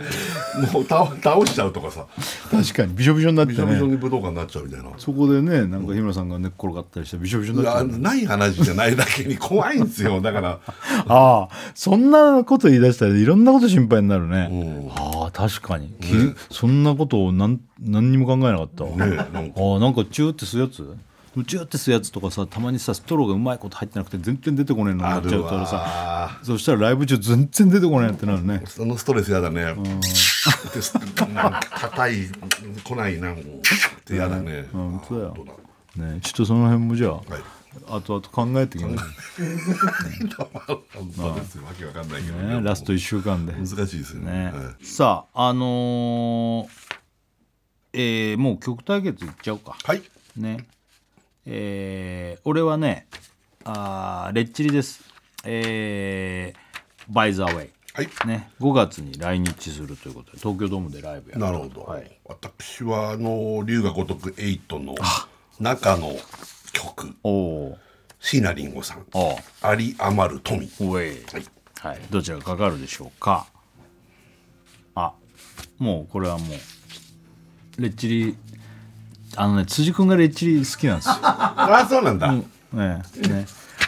S2: もう倒倒しちゃうとかさ
S1: 確かにびしょびしょになって
S2: びしょびしょ
S1: ね
S2: に武道館になっちゃうみたいな。
S1: そこでねなんか日村さんが寝っ転がったりしてびしょびしょに
S2: い
S1: なっちゃ
S2: や
S1: うね
S2: ない話じゃないだけに怖いんですよだから
S1: ああそんなこと言い出したらいろんなこと心配になるね、ああ確かに、きそんなことをなん何にも考えなかったわ、
S2: ねなんか
S1: ああ なんかチューって吸うやつチューって吸うやつとかさたまにさストローがうまいこと入ってなくて全然出てこねえのにな
S2: あ
S1: っちゃ
S2: る
S1: うからさ
S2: わ
S1: そしたらライブ中全然出てこないってなるね
S2: そのストレスやだね。でなんか硬い来ないなもうってやだね。
S1: うん本当だよ
S2: 本当だ
S1: ねちょっとその辺もじゃあ、
S2: はい
S1: 後々考えてきます
S2: 本当ですよわけわかんないけど
S1: ね
S2: ね。
S1: ラスト1週間で
S2: 難しいですよね。
S1: ね
S2: は
S1: さああのーえーもう曲対決いっちゃおうか
S2: いはい。
S1: ねえー俺はねあーレッチリですえー、バイザーウェイ
S2: はい。
S1: ね、5月に来日するということで東京ドームでライブやる
S2: なるほど。
S1: はい
S2: 私はあの龍が如くエイトの中の曲
S1: おお
S2: 椎名林檎さん
S1: あ
S2: 有り余る富。
S1: おえ
S2: はい。
S1: はいどちらがかかるでしょうかあもうこれはもうレッチリあのね辻君がレッチリ好きなんですよ
S2: あそうなんだ、
S1: ねね、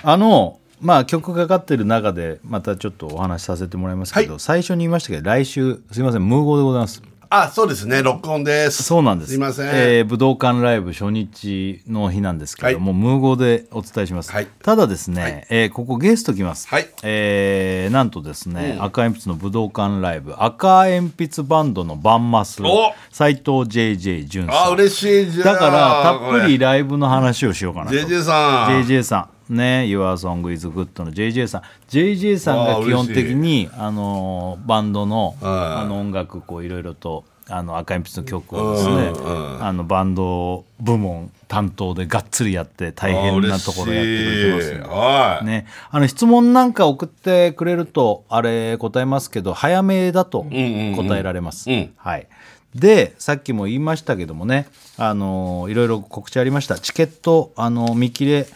S1: あのまあ曲がかかってる中でまたちょっとお話しさせてもらいますけど、
S2: は
S1: 最初に言いましたけど来週すいません無ーゴーでございます
S2: あそうですね録音です
S1: そうなんです
S2: すいません、
S1: えー武道館ライブ初日の日なんですけども、無ーゴーでお伝えします、
S2: はい
S1: ただですね、えーここゲスト来ます、
S2: はい
S1: えーなんとですね、赤鉛筆の武道館ライブ赤鉛筆バンドのバンマス
S2: お
S1: 斎藤 JJ 潤
S2: あ
S1: さん
S2: 嬉しいじゃん
S1: だからたっぷり
S2: こ
S1: ライブの話をしようかなと
S2: れ JJ さん
S1: JJ さんね「YourSongIsGood」の JJ さん JJ さん
S2: わあ
S1: が基本
S2: 嬉し
S1: 的
S2: い
S1: にあのバンドの
S2: はい
S1: あの音楽こういろいろとあの赤鉛筆の曲をですね
S2: うんうん
S1: あのバンド部門担当でがっつりやって大変なところやってくれてますんで
S2: あ嬉しいはい
S1: ね、あの質問なんか送ってくれるとあれ答えますけど早めだと答えられます。
S2: うん
S1: はい、でさっきも言いましたけどもねあのいろいろ告知ありましたチケットあの見切れ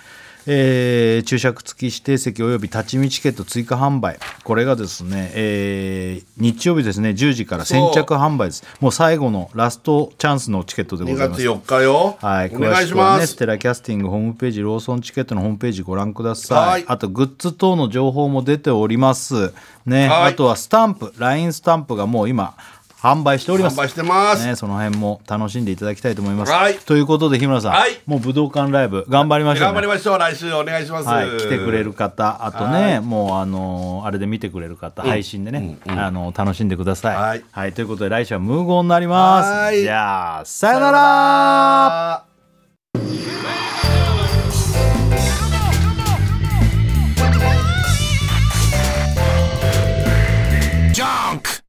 S1: えー注釈付き指定席および立ち見チケット追加販売これがですね、えー日曜日ですね10時から先着販売ですもう最後のラストチャンスのチケットでご
S2: 2
S1: ざいま
S2: 月
S1: す
S2: 4日よ、
S1: はい、
S2: お願いし
S1: 詳くは
S2: ま
S1: ね、
S2: す
S1: ステラキャスティングホームページローソンチケットのホームページご覧ください
S2: はい
S1: あとグッズ等の情報も出ておりますね
S2: はい
S1: あとはスタンプ LINE スタンプがもう今販売しております
S2: 販売してます
S1: ね、その辺も楽しんでいただきたいと思います、
S2: はい
S1: ということで日村さん、
S2: はい
S1: もう武道館ライブ頑張りましょう、ね、
S2: 頑張りましょう来週お願いします、
S1: はい、来てくれる方あとねもうあのーあれで見てくれる方、配信でね、あのー楽しんでください、
S2: はい
S1: ということで来週は無言になります
S2: はい
S1: じゃあさよなら
S2: あー